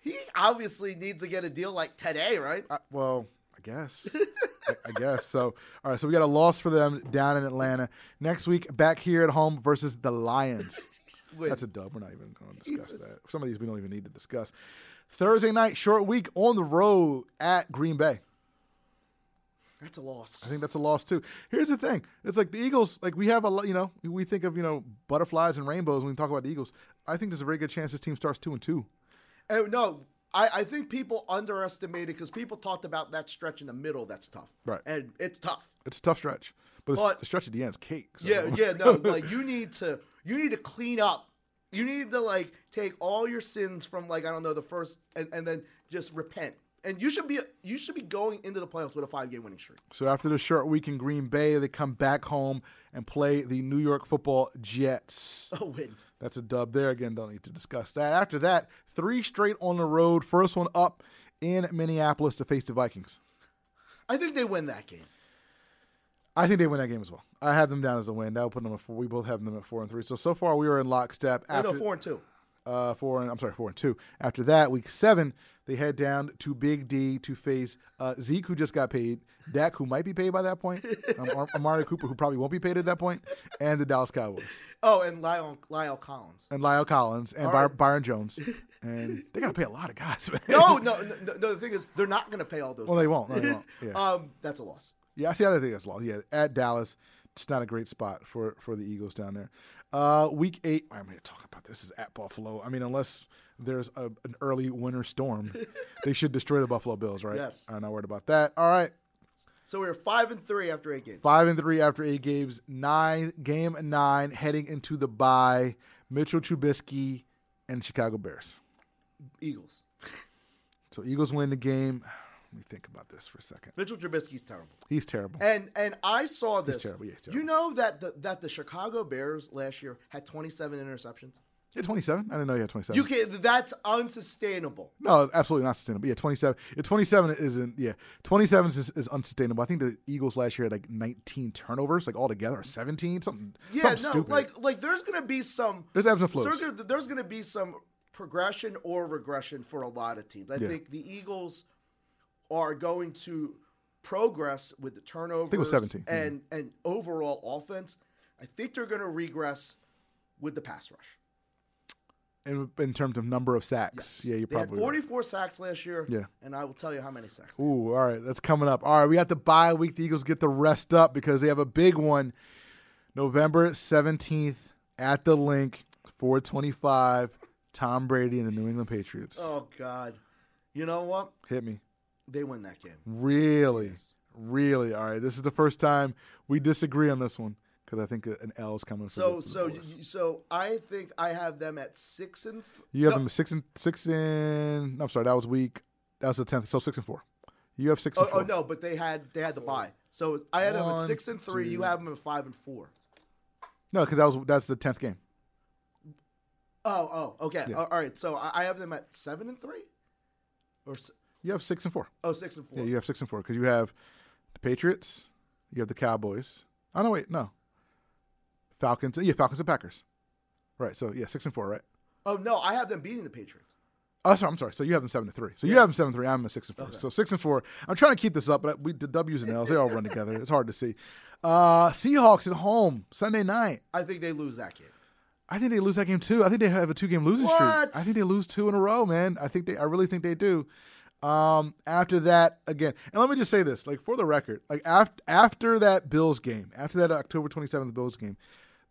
B: He obviously needs to get a deal like today, right?
A: I, well, I guess. I, I guess. So, all right. So we got a loss for them down in Atlanta next week. Back here at home versus the Lions.
B: Win.
A: That's a dub. We're not even going to discuss that. Some of these we don't even need to discuss. Thursday night, short week on the road at Green Bay.
B: That's a loss.
A: I think that's a loss too. Here's the thing: it's like the Eagles. Like we have a, lo- you know, we think of you know butterflies and rainbows when we talk about the Eagles. I think there's a very good chance this team starts two and two.
B: Uh, no, I, I think people underestimated because people talked about that stretch in the middle that's tough.
A: Right.
B: And it's tough.
A: It's a tough stretch, but, it's-
B: But-
A: the stretch at the end is cake. so-
B: Yeah, yeah, no. Like you need to you need to clean up. You need to like take all your sins from like I don't know the first and, and then just repent. And you should be you should be going into the playoffs with a five game winning streak.
A: So after the short week in Green Bay, they come back home and play the New York Football Jets.
B: A win.
A: That's a dub there. Again, don't need to discuss that. After that, three straight on the road. First one up in Minneapolis to face the Vikings.
B: I think they win that game.
A: I think they win that game as well. I have them down as a win. That will put them at four. We both have them at four and three. So so far we are in lockstep.
B: I
A: After
B: know four and two.
A: uh, four and I'm sorry, four and two. After that, week seven, they head down to Big D to face uh, Zeke, who just got paid, Dak, who might be paid by that point, um, Ar- Amari Cooper, who probably won't be paid at that point, and the Dallas Cowboys
B: Oh, and Lyle Lyle Collins.
A: and Lyle Collins and Byr- Byron Jones, and they got to pay a lot of guys. Man.
B: No, no, no, no, The thing is, they're not going to pay all those.
A: well, they won't. No, they won't. Yeah.
B: Um, that's a loss.
A: Yeah, I see how they think that's long. Yeah, at Dallas, it's not a great spot for for the Eagles down there. Uh, week eight, I'm going to talk about this is at Buffalo. I mean, unless there's a, an early winter storm, they should destroy the Buffalo Bills, right?
B: Yes.
A: I'm not worried about that. All right,
B: So we we're five and three after eight games.
A: five and three after eight games. Nine game nine heading into the bye. Mitchell Trubisky and Chicago Bears.
B: Eagles.
A: So Eagles win the game. Let me think about this for a second.
B: Mitchell Trubisky's terrible.
A: He's terrible.
B: And and I saw this.
A: terrible, yeah, he's terrible.
B: You know that the that the Chicago Bears last year had 27 interceptions.
A: Yeah, 27. I didn't know you had 27.
B: You can that's unsustainable.
A: No, absolutely not sustainable. Yeah, 27. Yeah, 27 isn't. Yeah, 27 is, is unsustainable. I think the Eagles last year had like 19 turnovers, like all together, or 17, something.
B: Yeah,
A: something
B: no,
A: stupid.
B: like like there's gonna be some
A: There's ebbs and flows.
B: gonna- there's gonna be some progression or regression for a lot of teams. I think the Eagles are going to progress with the turnovers
A: was Mm-hmm. 17, yeah.
B: and and overall offense. I think they're going to regress with the pass rush.
A: in, in terms of number of sacks. Yeah, you're
B: They had
A: probably. right.
B: 44 sacks last year.
A: Yeah.
B: And I will tell you how many sacks.
A: Ooh, all right, that's coming up. All right, we got the bye week. The Eagles get the rest up because they have a big one, November seventeenth at the link, four twenty-five. Tom Brady and the New England Patriots.
B: Oh, God. You know what?
A: Hit me.
B: They win that game.
A: Really, really. All right, this is the first time we disagree on this one because I think an L is coming. for the-
B: So,
A: for the
B: so,
A: Boys.
B: y- so I think I have them at six and. Th-
A: You have
B: No.
A: them six and six and. no, I'm sorry, that was week. That was the tenth. So six and four. You have six
B: oh,
A: and four.
B: oh no, but they had they had the bye. So I had them at
A: One,
B: six and three. You
A: two.
B: have them at five and four.
A: No, because that was that's the tenth game.
B: Oh, oh, okay.
A: Yeah.
B: All- all right. So I, I have them at seven and three, or s-
A: You have six and four.
B: oh six and four.
A: Yeah, you have six and four because you have the Patriots, you have the Cowboys. Oh no, wait, no. Falcons. Yeah, Falcons and Packers. Right. So yeah, six and four. Right.
B: Oh no, I have them beating the Patriots.
A: Oh, sorry, I'm sorry. So you have them seven to three. So you have them seven to three. I'm a six and four. So six and four. I'm trying to keep this up, but we the W's and L's they all run together. It's hard to see. Uh, Seahawks at home Sunday night.
B: I think they lose that game.
A: I think they lose that game too. I think they have a two game losing
B: What?
A: streak. I think they lose two in a row, man. I think they I really think they do. Um, after that again. And let me just say this, like for the record, like after after that Bills game, after that October 27th Bills game,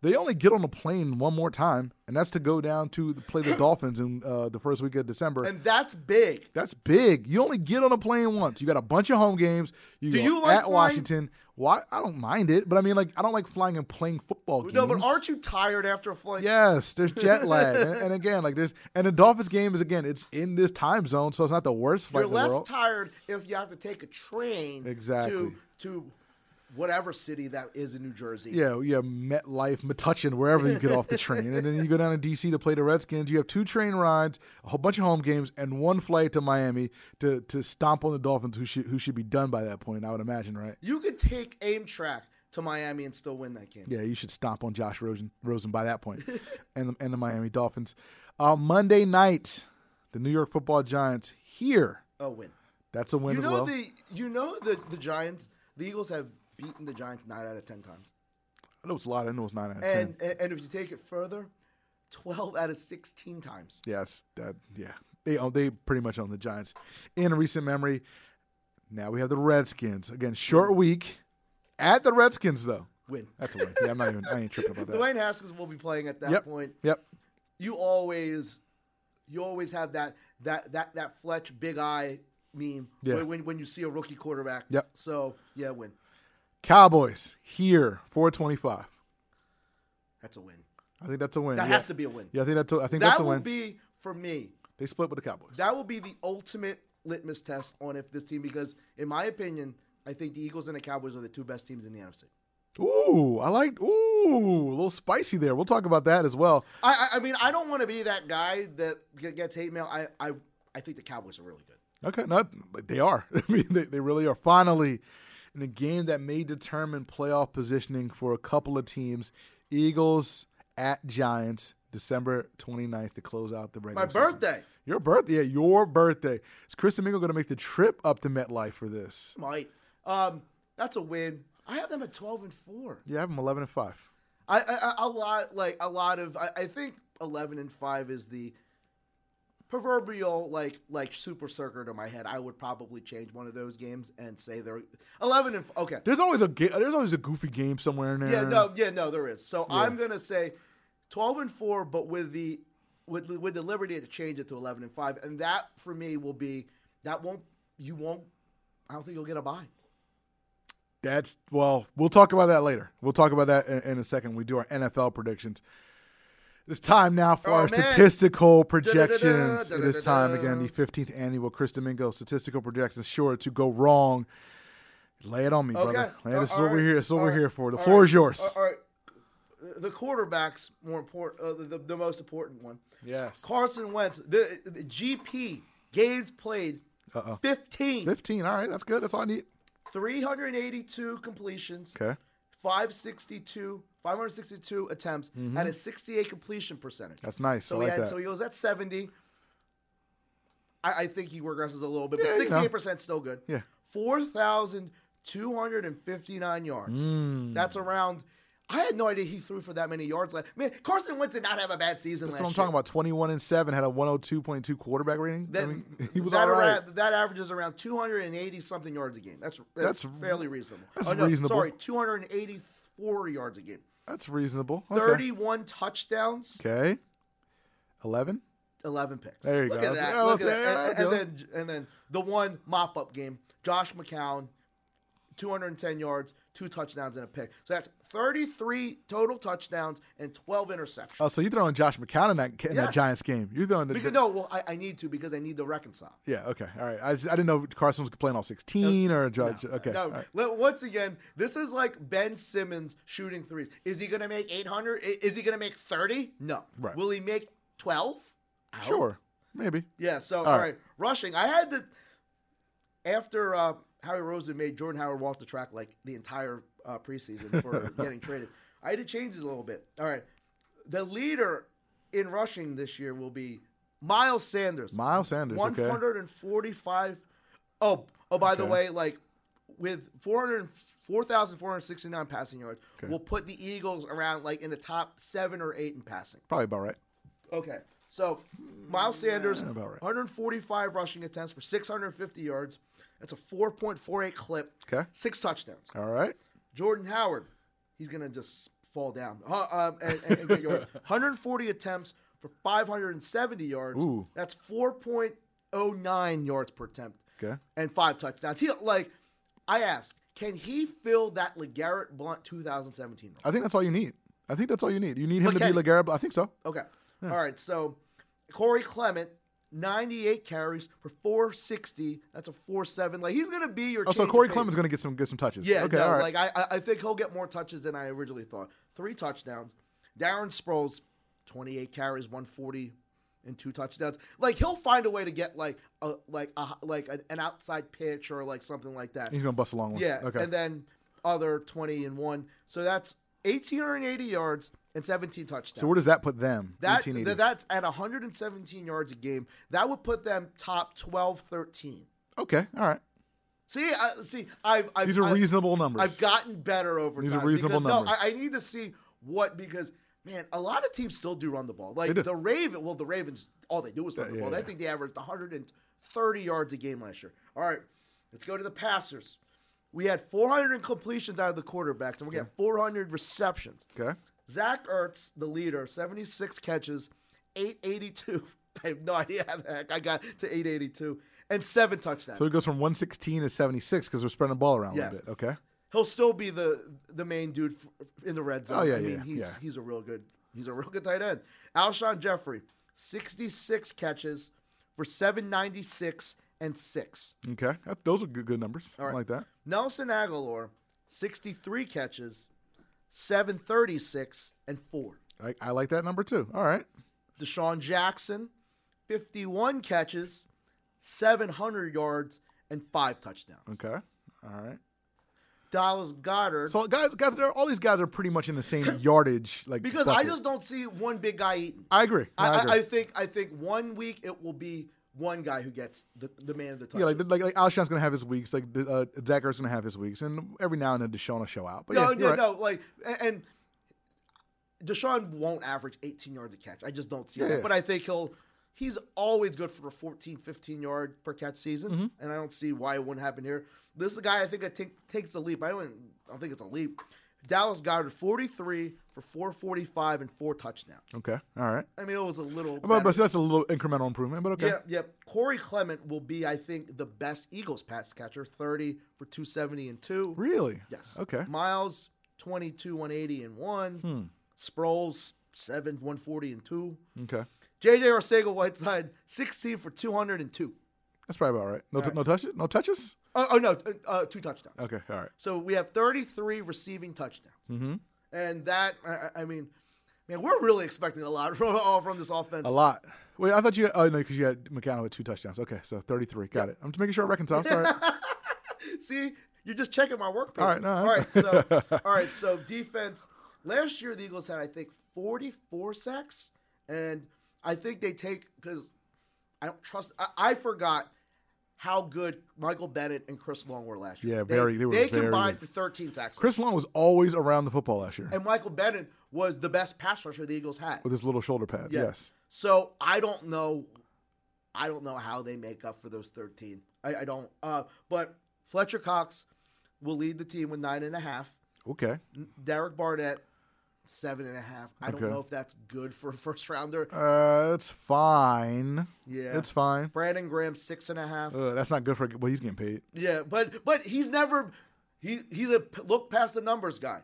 A: they only get on a plane one more time, and that's to go down to the- play the Dolphins in uh, the first week of December.
B: And that's big.
A: that's big. You only get on a plane once. You got a bunch of home games. You
B: Do
A: go
B: you like
A: at
B: flying?
A: Washington. Why? I don't mind it, but I mean, like, I don't like flying and playing football games.
B: No, but aren't you tired after a flight?
A: Yes, there's jet lag, and, and again, like there's and the Dolphins game is again, it's in this time zone, so it's not the worst fight
B: You're
A: in the
B: less
A: world.
B: tired if you have to take a train
A: Exactly.
B: to to whatever city that is in New Jersey.
A: yeah, you have MetLife, Metuchen, wherever you get off the train, and then you go down to DC to play the Redskins. You have two train rides, a whole bunch of home games, and one flight to Miami to to stomp on the Dolphins, who should who should be done by that point, I would imagine, right?
B: You could take aim track to Miami and still win that game.
A: Yeah, you should stomp on Josh Rosen, Rosen by that point, and the, and the Miami Dolphins. Uh, Monday night, the New York Football Giants here.
B: Oh, win.
A: That's a win
B: You
A: as
B: know
A: well.
B: the you know the the Giants. The Eagles have beaten the Giants nine out of ten times,
A: I know it's a lot. I know it's nine out of ten.
B: and and, and if you take it further, twelve out of sixteen times.
A: Yes, that yeah. They own, they pretty much own the Giants in recent memory. Now we have the Redskins again. Short week at the Redskins though.
B: Win.
A: That's a win. Yeah, I'm not even. I ain't tripping about that.
B: Dwayne Haskins will be playing at that
A: Yep.
B: point.
A: Yep.
B: You always you always have that that that that Fletch big eye meme
A: Yeah.
B: when, when when you see a rookie quarterback.
A: Yep.
B: So yeah, win.
A: Cowboys here 425.
B: That's a win.
A: I think that's a win.
B: That
A: yeah.
B: has to be a win.
A: Yeah, I think that's. A, I think
B: that
A: that's a
B: will
A: win.
B: be for me.
A: they split with the Cowboys.
B: That will be the ultimate litmus test on if this team, because in my opinion, I think the Eagles and the Cowboys are the two best teams in the NFC.
A: ooh, I like. Ooh, a little spicy there. We'll talk about that as well.
B: I, I, I mean, I don't want to be that guy that g- gets hate mail. I, I, I think the Cowboys are really good.
A: Okay, not but they are. I mean, they, they really are. Finally, in a game that may determine playoff positioning for a couple of teams, Eagles at Giants, December 29th to close out the regular
B: My
A: season.
B: birthday,
A: Your birthday, yeah, your birthday. Is Chris Domingo going to make the trip up to MetLife for this?
B: Mike. Um, that's a win. I have them at twelve and four.
A: Yeah, I have him 11 and 5.
B: I, I I- a lot like a lot of I, I think eleven and five is the proverbial like like super circuit in my head. I would probably change one of those games and say they're eleven and f- okay.
A: There's always a ga- there's always a goofy game somewhere in there.
B: Yeah, no, yeah, no, there is. So I'm gonna say twelve and four, but with the with with the liberty to change it to eleven and five, and that for me will be that won't you won't. I don't think you'll get a bye.
A: That's well, we'll talk about that later. We'll talk about that in, in a second. when We do our NFL predictions. It's time now for
B: Oh,
A: our
B: man.
A: statistical projections.
B: Da-da-da-da,
A: It is time
B: da-da-da-da.
A: again, the 15th annual Chris Domingo statistical projections, sure to go wrong. Lay it on me, brother. Lay it- this is
B: All
A: what we're
B: right.
A: here. This is what
B: All
A: we're
B: right.
A: here for. The
B: All
A: floor
B: right.
A: is yours.
B: All right. The quarterback's more important. Uh, the, the most important one.
A: Yes.
B: Carson Wentz, the, the GP games played,
A: Uh-oh.
B: 15,
A: 15. All right, that's good. That's all I need.
B: 382 completions,
A: Okay.
B: 562, 562 attempts at a 68 completion percentage.
A: Mm-hmm. That's nice.
B: So
A: I
B: he
A: like
B: had,
A: that.
B: so he was at 70. I, I think he regresses a little bit,
A: Yeah,
B: but
A: you know.
B: 68 percent still good.
A: Yeah. Mm.
B: 4,259 yards. That's around. I had no idea he threw for that many yards. Like, man, Carson Wentz did not have a bad season
A: That's
B: last
A: what I'm talking
B: year.
A: about. 21 and 7 had a 102.2 quarterback rating. I
B: That,
A: mean, he was
B: that,
A: all right.
B: ara- that averages around 280 something yards a game. That's that's,
A: That's-
B: fairly reasonable.
A: that's
B: Oh, no,
A: reasonable.
B: Sorry, 284 yards a game.
A: That's reasonable. Okay.
B: 31 touchdowns,
A: Okay. 11.
B: 11 picks.
A: There you
B: Look
A: go.
B: At
A: That's-
B: that.
A: yeah, I
B: Look
A: was
B: at
A: saying, yeah,
B: that. And, and then and then the one mop up game, Josh McCown, 210 yards, two touchdowns and a pick. So that's 33 total touchdowns and 12 interceptions.
A: Oh, so you're throwing Josh McCown in that, in that
B: Yes.
A: Giants game. You're throwing the.
B: because no, well, I, I need to because I need to reconcile.
A: yeah, okay. All right. I, just, I didn't know Carson was playing all 16 or a judge. okay.
B: No,
A: all right.
B: let- once again, this is like Ben Simmons shooting threes. Is he going to make 800? I- Is he going to make 30? No.
A: Right.
B: Will he make 12?
A: Sure. Maybe.
B: Yeah, so, all
A: right.
B: right. Rushing. I had to, after uh, Howie Rosen made Jordan Howard walk the track like the entire uh, preseason for getting traded, I had to change it a little bit. All right. The leader in rushing this year will be Miles Sanders.
A: Miles Sanders. Okay.
B: 145. Oh, oh, by the
A: Okay.
B: way, like with 400 4,469 passing yards, we'll put the Eagles around like in the top seven or eight in passing.
A: Probably about right.
B: Okay. So Miles Sanders,
A: about right.
B: 145 rushing attempts for 650 yards. That's a 4.48 clip.
A: Okay.
B: Six touchdowns.
A: All right.
B: Jordan Howard, he's gonna just fall down. Uh, um, and, and- and get yards. 140 attempts for 570 yards.
A: Ooh.
B: That's 4.09 yards per attempt.
A: Okay.
B: And five touchdowns. He like, I ask, can he fill that Legarrette Blunt 2017 role?
A: I think that's all you need. I think that's all you need. You need him to
B: Okay.
A: be LeGarrette. I think so.
B: Okay. All right. So Corey Clement, 98 carries for 460. That's a 4.7. Like he's gonna be your.
A: Oh, so
B: change of
A: Corey
B: pace.
A: Clement's going to get some get some touches.
B: Yeah,
A: Okay.
B: no,
A: all right.
B: like I, I- I think he'll get more touches than I originally thought. Three touchdowns. Darren Sproles, 28 carries, 140, and two touchdowns. Like he'll find a way to get like a like a like an- an outside pitch or like something like that.
A: He's going to bust a long one.
B: Yeah,
A: Okay.
B: and then other 20 and one. So that's 1880 yards and 17 touchdowns.
A: so where does that put them?
B: that,
A: 1880.
B: th- that's at 117 yards a game. That would put them top 12, 13.
A: okay. All right.
B: See, I, see, I've, I've
A: These are
B: I've-
A: reasonable numbers.
B: I've gotten better over
A: These are
B: time.
A: reasonable
B: because,
A: numbers.
B: No, I, I need to see what because man, a lot of teams still do run the ball. Like
A: do.
B: the Raven, well, the Ravens, all they do is run the
A: Yeah,
B: ball.
A: yeah.
B: I think they averaged 130 yards a game last year. All right, let's go to the passers. We had 400 completions out of the quarterbacks, and we're gonna have 400 receptions.
A: Okay.
B: Zach Ertz, the leader, 76 catches, 882. I have no idea how the heck I got to 882 and seven touchdowns.
A: So it goes from 116 to 76 because we're spreading the ball around a
B: Yes.
A: little bit. Okay.
B: he'll still be the the main dude f- in the red zone.
A: Oh, yeah,
B: I mean,
A: yeah,
B: he's
A: yeah.
B: he's a real good he's a real good tight end. Alshon Jeffrey, 66 catches for 796 and 6.
A: Okay. That- those are good, good numbers. I
B: right.
A: like that.
B: Nelson Aguilar, 63 catches, 736 and 4.
A: I, I like that number too. All right.
B: Deshaun Jackson, 51 catches, 700 yards and 5 touchdowns.
A: Okay. All right.
B: Dallas Goddard
A: So guys, guys, they're- all these guys are pretty much in the same yardage. Like
B: because I
A: bucket.
B: just don't see one big guy eating.
A: I agree. No,
B: I,
A: agree.
B: I, I think I think one week it will be one guy who gets the, the man of the touch.
A: yeah, like, like like Alshon's gonna have his weeks. Like uh, Zach Ertz gonna have his weeks, and every now and then Deshaun will show out. But yeah,
B: no,
A: you're
B: no,
A: right.
B: no, like a- and Deshaun won't average 18 yards a catch. I just don't see
A: Yeah.
B: that. But I think he'll he's always good for a 14, 15 yard per catch season,
A: Mm-hmm.
B: and I don't see why it wouldn't happen here. This is a guy I think that take, takes the leap. I don't I don't think it's a leap. Dallas Goddard 43 for 445 and four touchdowns.
A: Okay. All right.
B: I mean, it was a little.
A: But,
B: better.
A: but so that's a little incremental improvement. But okay.
B: Yep, yep. Corey Clement will be, I think, the best Eagles pass catcher, 30 for 270 and 2.
A: Really?
B: Yes.
A: Okay. Hmm.
B: Miles, 22, 180 and 1. Sproles, 7, 140 and 2.
A: Okay.
B: JJ Arcega Whiteside, 16 for 202.
A: That's probably about right. No, t- no touches. No touches.
B: Oh, oh no, uh, uh, two touchdowns.
A: Okay. All right.
B: So we have 33 receiving touchdowns. Mm-hmm. And that, I- I, I mean, man, we're really expecting a lot from, all from this offense.
A: A lot. Wait, I thought you. Oh no, because you had McCown with two touchdowns. Okay, so thirty-three. Got it. I'm just making sure I reconcile. Sorry.
B: See, you're just checking my work. Paper.
A: All right, no,
B: all right. So, all right. So defense. Last year, the Eagles had I think 44 sacks, and I think they take because I don't trust. I, I forgot how good Michael Bennett and Chris Long were last year.
A: Yeah, very- they were
B: They
A: very
B: combined
A: good.
B: for 13 sacks.
A: Chris Long was always around the football last year
B: and Michael Bennett was the best pass rusher the Eagles had.
A: with his little shoulder pads.
B: Yeah.
A: Yes.
B: So I don't know. I don't know how they make up for those 13. I, I don't. Uh, but Fletcher Cox will lead the team with nine and a half.
A: Okay.
B: Derek Barnett, seven and a half. I don't
A: Okay.
B: know if that's good for a first rounder.
A: Uh, it's fine.
B: Yeah.
A: It's fine.
B: Brandon Graham, six and a half.
A: Uh, that's not good for. Well, he's getting paid.
B: Yeah, but but he's never he he's a p- look past the numbers guy.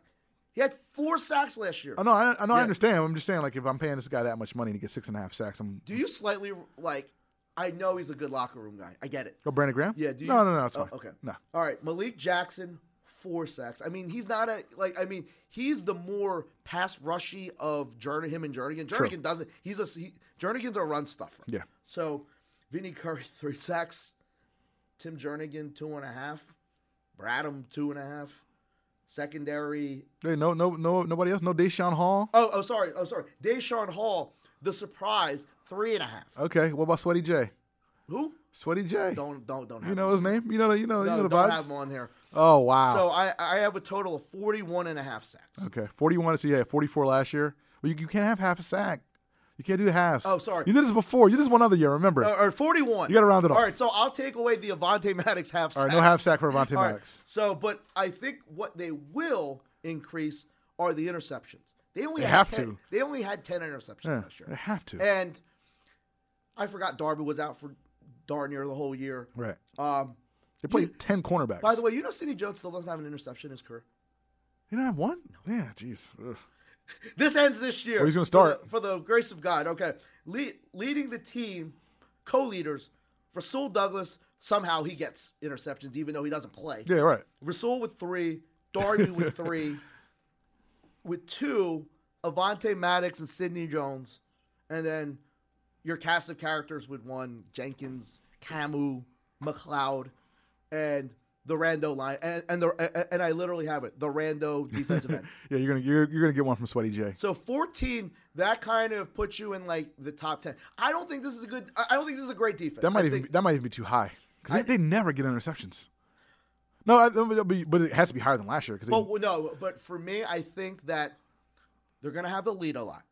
B: He had four sacks last year.
A: I know. I, I know. I
B: Yeah.
A: understand. I'm just saying, like, if I'm paying this guy that much money to get six and a half sacks, I'm.
B: Do you slightly like? I know he's a good locker room guy. I get it.
A: Go Oh, Brandon Graham.
B: Yeah, do you-
A: no, no, no. It's
B: Oh,
A: fine.
B: okay.
A: No.
B: All right, Malik Jackson, four sacks. I mean, he's not a like. I mean, he's the more pass rushy of Jernigan him and Jernigan. Jernigan doesn't. He's a he, Jernigan's a run stuffer.
A: Yeah.
B: So, Vinny Curry three sacks, Tim Jernigan two and a half, Bradham two and a half, secondary.
A: Hey, no, no, no, nobody else. No Deshaun Hall.
B: Oh, oh, sorry, oh, sorry. Deshaun Hall, the surprise, three and a half.
A: Okay. What about Sweaty J?
B: Who?
A: Sweaty J.
B: Don't don't don't have.
A: you
B: him.
A: know his name. You know. the- You know. you
B: no,
A: know the
B: don't have
A: vibes.
B: him on here.
A: Oh wow.
B: So I, I have a total of 41 and a half sacks.
A: Okay, forty-one. So yeah, forty-four last year. Well, you, you can't have half a sack. You can't do halves.
B: Oh, sorry.
A: You did this before. You did this one other year. Remember?
B: Uh, or 41.
A: You gotta round it off.
B: All right, so I'll take away the Avante Maddox half sack.
A: All right, no half sack for Avante
B: All right,
A: Maddox.
B: So, but I think what they will increase are the interceptions. They only
A: They
B: had
A: have
B: 10,
A: to.
B: They only had 10 interceptions
A: Yeah,
B: last
A: they
B: year.
A: have to.
B: And I forgot Darby was out for darn near the whole year.
A: right.
B: Um,
A: They played ten cornerbacks.
B: by the way, you know Sidney Jones still doesn't have an interception in his career.
A: you don't have one. Yeah. Jeez. Ugh.
B: This ends this year.
A: Well, he's gonna
B: for the-
A: start.
B: for the, grace of God. Okay, Le- leading the team, co-leaders Rasul Douglas. Somehow he gets interceptions, even though he doesn't play.
A: Yeah. Right.
B: Rasul with three, Darby with three, with two, Avante Maddox and Sidney Jones, and then your cast of characters with one Jenkins, Camu, McLeod, and the Rando line, and, and the and- and I literally have it the Rando defensive end.
A: Yeah. You're gonna you're, you're gonna get one from Sweaty J.
B: So 14, that kind of puts you in like the top 10. I don't think this is a good. I I don't think this is a great defense.
A: That might
B: I
A: even
B: think-
A: be, that might even be too high because
B: I-
A: they, they never get interceptions. No, I, that'll be- but it has to be higher than last year because
B: Well, no, but for me, I think that they're gonna have the lead a lot,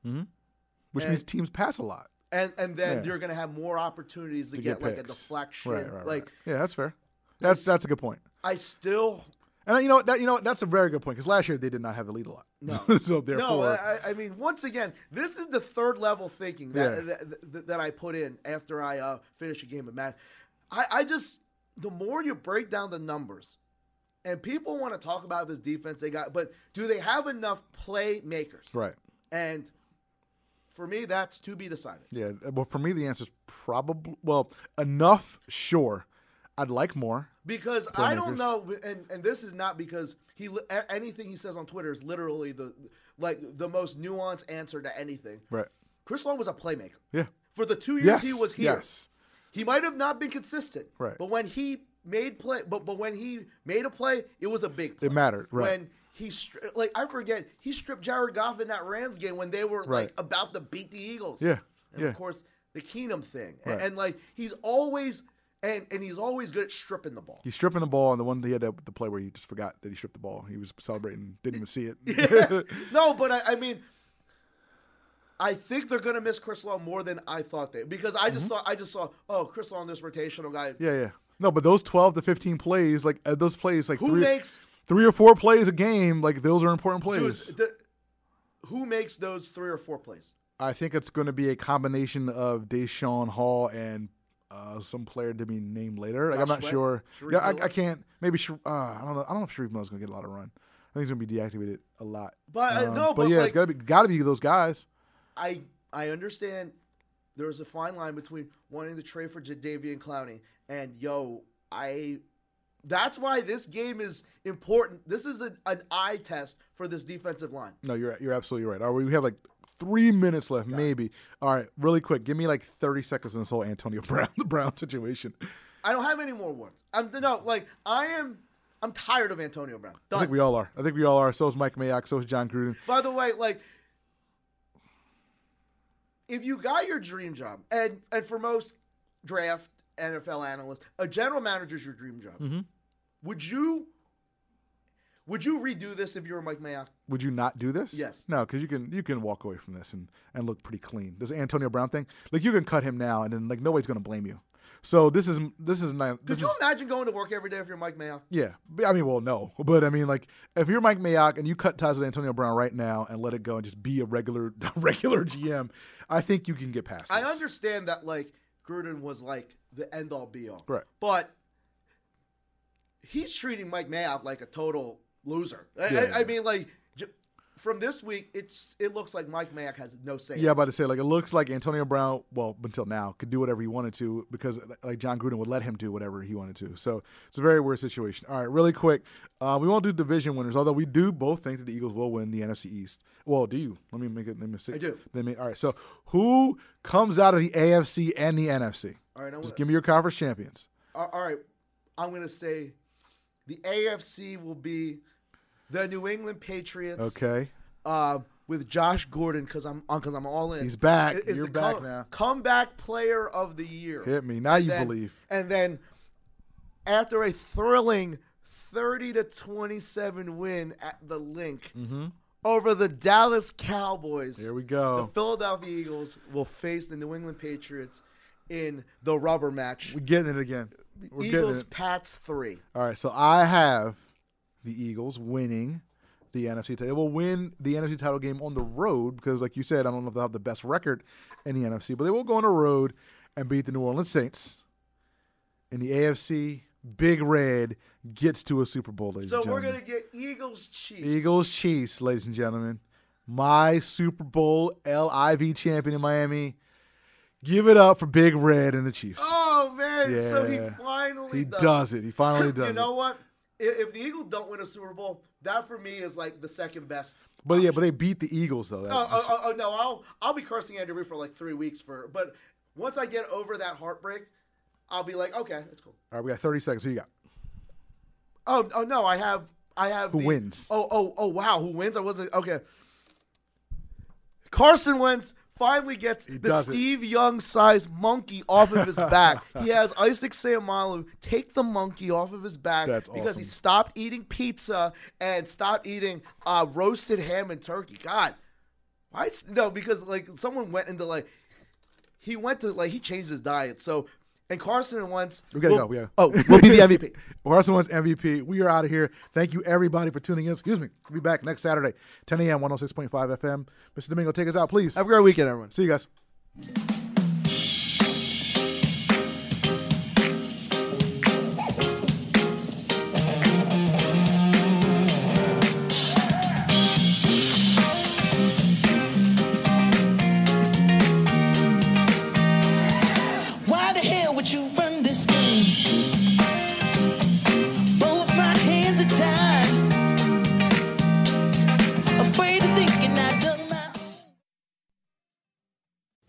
A: which means teams pass a lot.
B: and and then
A: Yeah.
B: you're gonna have more opportunities to, get,
A: get
B: like a
A: picks.
B: deflection.
A: Right. Right. right.
B: like
A: yeah, that's fair. That's that's a good point.
B: I still
A: And you know what? That, you know what? That's a very good point because last year they did not have the lead a lot. No. so therefore,
B: no. I, I- I mean, once again, this is the third level thinking that that, that, that I put in after I uh, finish a game of math. I, I just the more you break down the numbers, and people want to talk about this defense they got, but do they have enough playmakers?
A: right.
B: And for me, that's to be decided.
A: Yeah. Well, for me, the answer is probably well enough. Sure, I'd like more.
B: because I don't
A: Playmakers.
B: know, and and this is not because he li- a- anything he says on Twitter is literally the like the most nuanced answer to anything.
A: Right.
B: Chris Long was a playmaker
A: Yeah.
B: for the two years
A: Yes.
B: he was here.
A: Yes.
B: He might have not been consistent,
A: Right.
B: But when he made play, but but when he made a play, it was a big play.
A: It mattered, right.
B: When he stri- like I forget he stripped Jared Goff in that Rams game when they were
A: Right.
B: like about to beat the Eagles.
A: Yeah,
B: and
A: yeah.
B: Of course, the Keenum thing, A-
A: Right.
B: and, like he's always and and he's always good at stripping the ball.
A: He's stripping the ball, and the one he had that, the play where he just forgot that he stripped the ball. He was celebrating, didn't even see it.
B: no, but I, I mean, I think they're gonna miss Chris Long more than I thought they because I just thought I just saw oh Chris Long this rotational guy.
A: Mm-hmm. yeah, yeah. No, but those twelve to fifteen plays, like uh, those plays, like
B: Who
A: three,
B: makes-
A: three or four plays a game, like those are important
B: Dude,
A: plays.
B: the- who makes those three or four plays?
A: I think it's going to be a combination of Deshaun Hall and uh, some player to be named later. Like, I'm
B: Josh
A: not
B: Sweat?
A: sure.
B: Sharif
A: yeah, I,
B: Miller?
A: I can't. Maybe Sh- uh, I don't know. I don't know if Sharif Miller's going to get a lot of run. I think he's going to be deactivated a lot.
B: But uh,
A: Um,
B: no, but,
A: yeah,
B: like,
A: it's got to be got to be those guys.
B: I I understand there's a fine line between wanting to trade for Jadavian Clowney and yo, I that's why this game is important. This is an, an eye test for this defensive line.
A: No, you're you're absolutely right. All right, we have like three minutes left, maybe. All right, really quick. Give me like 30 seconds on this whole Antonio Brown the Brown situation.
B: I don't have any more ones. I'm no like I am. I'm tired of Antonio Brown.
A: I
B: Done.
A: think we all are. I think we all are. So is Mike Mayock. So is John Gruden.
B: By the way, like if you got your dream job, and and for most draft NFL analyst, a general manager is your dream job.
A: Mm-hmm.
B: Would you? Would you redo this if you were Mike Mayock?
A: Would you not do this?
B: Yes.
A: No, because you can you can walk away from this and, and look pretty clean. This Antonio Brown thing, like you can cut him now, and then like nobody's gonna blame you. So this is this is not
B: Could
A: this
B: you
A: is
B: imagine going to work every day if you're Mike Mayock?
A: yeah. But, I mean, well, no, but I mean, like if you're Mike Mayock and you cut ties with Antonio Brown right now and let it go and just be a regular regular GM, I think you can get past.
B: I
A: this.
B: understand that like Gruden was like the end all be all.
A: Right.
B: But he's treating Mike Mayock like a total loser. I,
A: Yeah,
B: I,
A: yeah.
B: I mean, like j- from this week, it's it looks like Mike Mayock has no say.
A: Yeah, I'm about to say like it looks like Antonio Brown, well until now, could do whatever he wanted to because like John Gruden would let him do whatever he wanted to. So it's a very weird situation. All right, really quick, uh, we won't do division winners, although we do both think that the Eagles will win the NFC East. Well, do you? Let me make it. Let me see.
B: I do.
A: Let me. All right. So who comes out of the AFC and the NFC?
B: All right. I
A: Just
B: want
A: give me your conference champions.
B: all all right. I'm gonna say the AFC will be the New England Patriots.
A: Okay.
B: um, with Josh Gordon because I'm because I'm all in.
A: He's back.
B: It- it's
A: You're
B: the
A: back
B: come-
A: now.
B: Comeback player of the year.
A: Hit me. Now you
B: Then-
A: believe.
B: And then after a thrilling 30 to 27 win at the link over the Dallas Cowboys,
A: Mm-hmm. Here we
B: the
A: go.
B: Philadelphia Eagles will face the New England Patriots in the rubber match.
A: We're getting it again. We're getting
B: Eagles
A: it.
B: Pats 3.
A: All right, so I have the Eagles winning the NFC title. They will win the NFC title game on the road because, like you said, I don't know if they'll have the best record in the NFC, but they will go on the road and beat the New Orleans Saints. In the AFC, Big Red gets to a Super Bowl, ladies
B: So
A: and
B: we're
A: gentlemen.
B: going to get Eagles Chiefs.
A: Eagles Chiefs, ladies and gentlemen. My Super Bowl LIV champion in Miami. Give it up for Big Red and the Chiefs.
B: Oh man, so he
A: Yeah.
B: finally
A: he
B: does.
A: does it. He finally does
B: you
A: it.
B: know what? If, if the Eagles don't win a Super Bowl, that for me is like the second best.
A: But yeah, but they beat the Eagles though.
B: Oh, oh, oh, oh, no, I'll I'll be cursing Andrew Reid for like three weeks for. But once I get over that heartbreak, I'll be like, okay, that's cool.
A: All right, we got 30 seconds. Who you got?
B: Oh oh no, I have I have who
A: wins?
B: Oh oh oh wow, who wins? I wasn't okay. Carson Wentz finally gets the
A: does it.
B: Steve Young sized monkey off of his back. he has Isaac Sayamalu take the monkey off of his back
A: That's
B: because
A: awesome.
B: he stopped eating pizza and stopped eating uh, roasted ham and turkey. God, why? is- No, because like someone went into like he went to like he changed his diet. So and Carson Wentz
A: We gotta
B: will-
A: go. We gotta.
B: Oh, we'll be the MVP.
A: Carson Wentz MVP. We are out of here. Thank you everybody for tuning in. Excuse me. We'll be back next Saturday, 10 a.m. 106.5 FM. Mr. Domingo, take us out, please.
B: Have a great weekend, everyone.
A: See you guys.
C: Why the hell would you run this game? Both my hands are tied. Afraid of thinking I done my own.